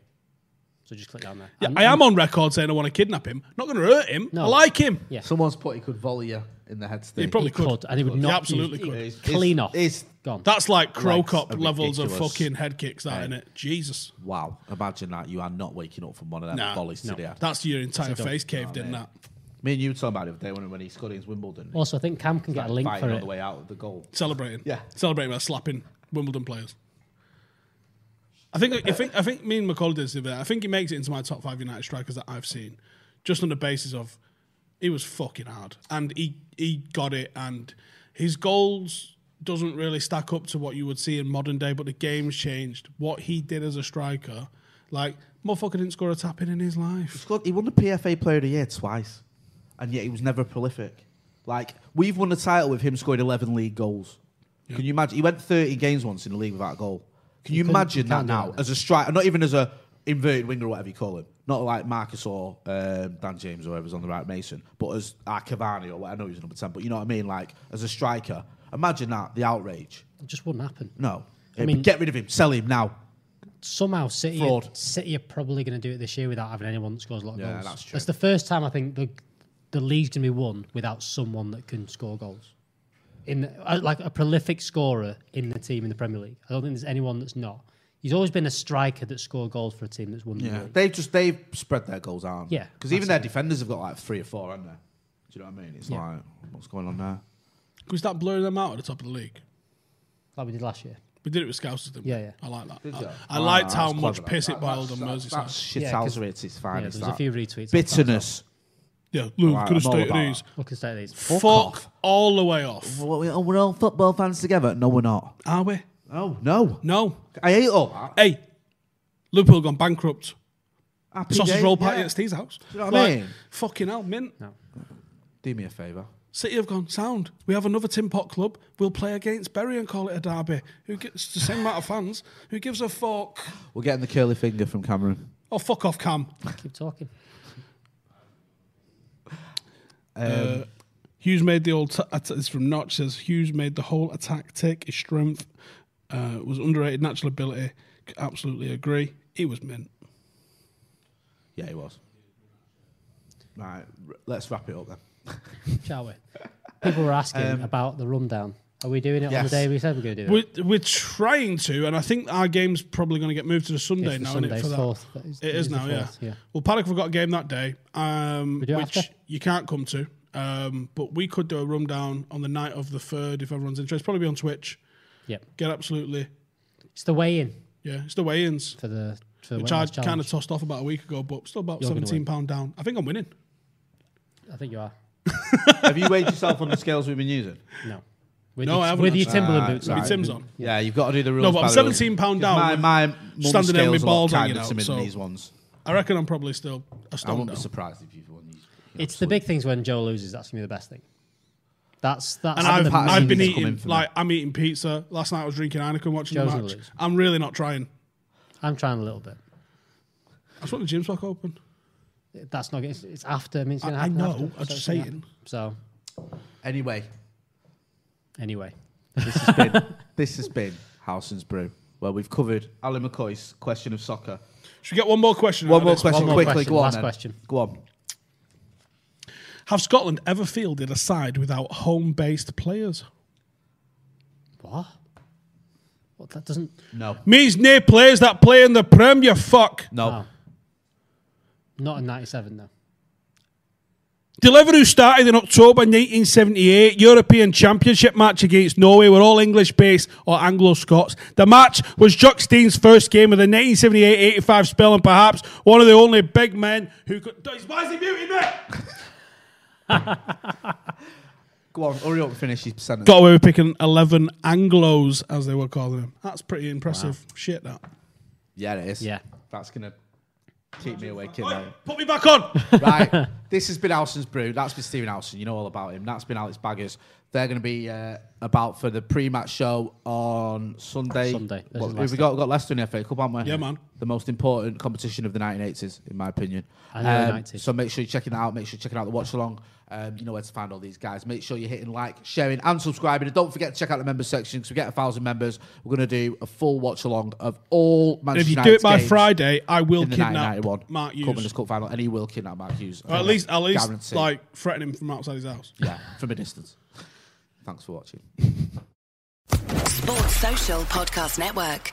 So just click down there.
Yeah,
And-
I am on record saying I want to kidnap him. Not going to hurt him.
No.
I like him.
Yeah. uh,
Someone's put he could volley you in the head. Steve.
He probably
He could,
could.
and he would
He
not.
absolutely
he-
could.
he-
It's-
Clean off.
it's-
gone.
That's like Crow
Legs
Cop
are
levels of
ridiculous.
fucking head kicks, that,
Right.
innit? Jesus.
Wow, imagine that you are not waking up from one of them
Nah,
volleys today.
That's your entire face caved in that.
Me and you were talking about it the other day when, when he scored against Wimbledon.
also, I think Cam can get a link
fighting
for
on
it.
the way out of the goal.
Celebrating.
Yeah.
Celebrating by slapping Wimbledon players. I think I think I think me and McCullough did this the other day. I think he makes it into my top five United strikers that I've seen. Just on the basis of he was fucking hard. And he he got it and his goals doesn't really stack up to what you would see in modern day, but the game's changed. What he did as a striker, like motherfucker didn't score a tap in in his life.
Scott, he won the PFA Player of the Year twice, and yet he was never prolific. Like we've won the title with him scoring eleven league goals. Can you imagine? He went thirty games once in the league without a goal. Can you
couldn't-
imagine
he
that
can't do
now
that now.
as a striker? Not even as a inverted winger or whatever you call him. Not like Marcus or um, Dan James or whoever's on the right Mason, but as uh, Cavani or what I know he's number ten. But you know what I mean? Like as a striker, imagine that the outrage.
It just wouldn't happen.
No,
I mean-
get rid of him, sell him now.
Somehow, City,
Fraud.
City are probably going to do it this year without having anyone that scores a lot of
Yeah,
goals.
that's true.
the first time I think the the league's going to be won without someone that can score goals. In the, uh, like a prolific scorer in the team in the Premier League. I don't think there's anyone that's not. He's always been a striker that scored goals for a team that's won the
Yeah,
league.
they've just they've spread their goals out.
Yeah,
because even their
absolutely.
defenders have got like three or four, haven't they? Do you know what I mean? It's
Yeah.
like what's going on there?
Can we start blurring them out at the top of the league?
Like we did last year.
We did it with Scousers, didn't we?
Yeah, yeah.
I like that.
Did
I,
you?
I
Ah,
liked how
that's
much
clever.
piss it
That-
boiled on
that's-
Merseyside.
That's shit
Yeah, 'cause-
it's its
Yeah,
finest.
there's a few retweets.
bitterness.
Yeah, look,
Right,
could
I'm
have
all
stayed
about
at ease.
Look at these.
Fuck,
off.
all the way off.
Well, we- oh, We're all football fans together. No, we're not.
Are we?
Oh no,
No.
I hate all that.
Hey, Liverpool gone bankrupt.
Happy
Sausage
day,
roll party
yeah.
at Steve's house.
you know what I mean?
Fucking hell, mint.
Do me a favour.
City have gone sound. We have another Tim Pot club. We'll play against Bury and call it a derby. Who gets the same amount of fans? Who gives a fuck?
We're getting the curly finger from Cameron.
Oh, fuck off, Cam.
Keep talking.
Hughes made the old. T- att- it's from Notch says Hughes made the whole attack tick. His strength uh, was underrated natural ability. C- Absolutely agree. He was mint.
Yeah, he was. Right, r- let's wrap it up then.
shall we? People were asking about the rundown. Are we doing it on the
Um, Yes.
day we said we're going to do it?
We're, we're trying to, and I think our game's probably going to get moved to the Sunday
It's the
now. isn't it,
Sunday,
for that?
fourth. That is-
it
it
is,
is the
now, yeah.
fourth, yeah.
Well, Paddock have got a game that day, um,
We do it
which
after?
you can't come to. Um, but we could do a rundown on the night of the third if everyone's interested. Probably be on Twitch.
Yep.
Get absolutely,
It's the weigh in
yeah. It's the weigh-ins,
for the for the
which I
challenge.
kind of tossed off about a week ago, but still about
You're gonna
seventeen
win.
pound down. I think I'm winning.
I think you are.
Have you weighed yourself on the scales we've been using?
No. With
no,
your-
I haven't.
with your
actually.
Timberland boots
With
on.
Tim's on.
Yeah, you've got to do the rules.
No, but
by
I'm
the rules.
17 pound
Because
down.
My, my mum
standing there with
scales
my
a lot
balls
kinder
hanging
to
out.
me than
so
these ones.
I reckon I'm probably still a stone
I wouldn't be
down.
surprised if you've won these.
It's the big things when Joe loses. That's gonna be the best thing. That's that's.
and I've,
the
I've
main
been
thing.
eating like I'm eating pizza. Last night I was drinking Heineken watching
Joe's
the
gonna
match.
lose.
I'm really not trying.
I'm trying a little bit.
I just want the gym's back open.
That's not. It's, it's after. I mean, it's gonna
I- I
happen.
know,
after,
I'm
so
just
it's gonna
saying.
happen. So
<laughs> Anyway,
anyway,
this has been this has been Howson's Brew, where we've covered Ali McCoy's question of soccer.
Should we get one more question?
One
out
more
of this?
question, quickly.
question,
Go on.
last
then.
question.
Go on.
Have Scotland ever fielded a side without home-based players?
what? What that doesn't.
No.
Means near players that play in the Prem. You fuck.
No.
Oh. Not in '97 though.
Deliver who started in October 1978 European Championship match against Norway were all English based or Anglo Scots. The match was Jock Steen's first game of the 1978-85 spell and perhaps one of the only big men who could... Why is he muting me?
Go on. Hurry up and finish your sentence.
Got away with picking 11 Anglos as they were calling them. That's pretty impressive shit that.
Yeah, it is.
Yeah.
That's gonna keep me awake at night.
Put me back on.
<laughs>
right. This has been Alston's Brew. That's been Stephen Alston. You know all about him. That's been Alex Baggers. They're going to be uh, about for the pre-match show on Sunday.
Sunday. This
What,
is
who
Leicester.
we got? We've got Leicester in the FA Cup, haven't we?
Yeah, man.
The most important competition of the 1980s, in my opinion.
I know the
Um,
90s.
so make sure you're checking that out. Make sure you're checking out the watch along. Um, you know where to find all these guys. Make sure you're hitting like, sharing, and subscribing. And don't forget to check out the members section because we get a thousand members. We're going to do a full watch along of all Manchester
if you do
United's
it by
games
Friday, I will
in the
kidnap
1991
Mark
Cummins
Hughes.
Cup final, and he will kidnap Mark Hughes.
Or at least, at least
Guaranteed.
like, threaten him from outside his house.
yeah, from a distance. Thanks for watching.
Sports Social Podcast Network.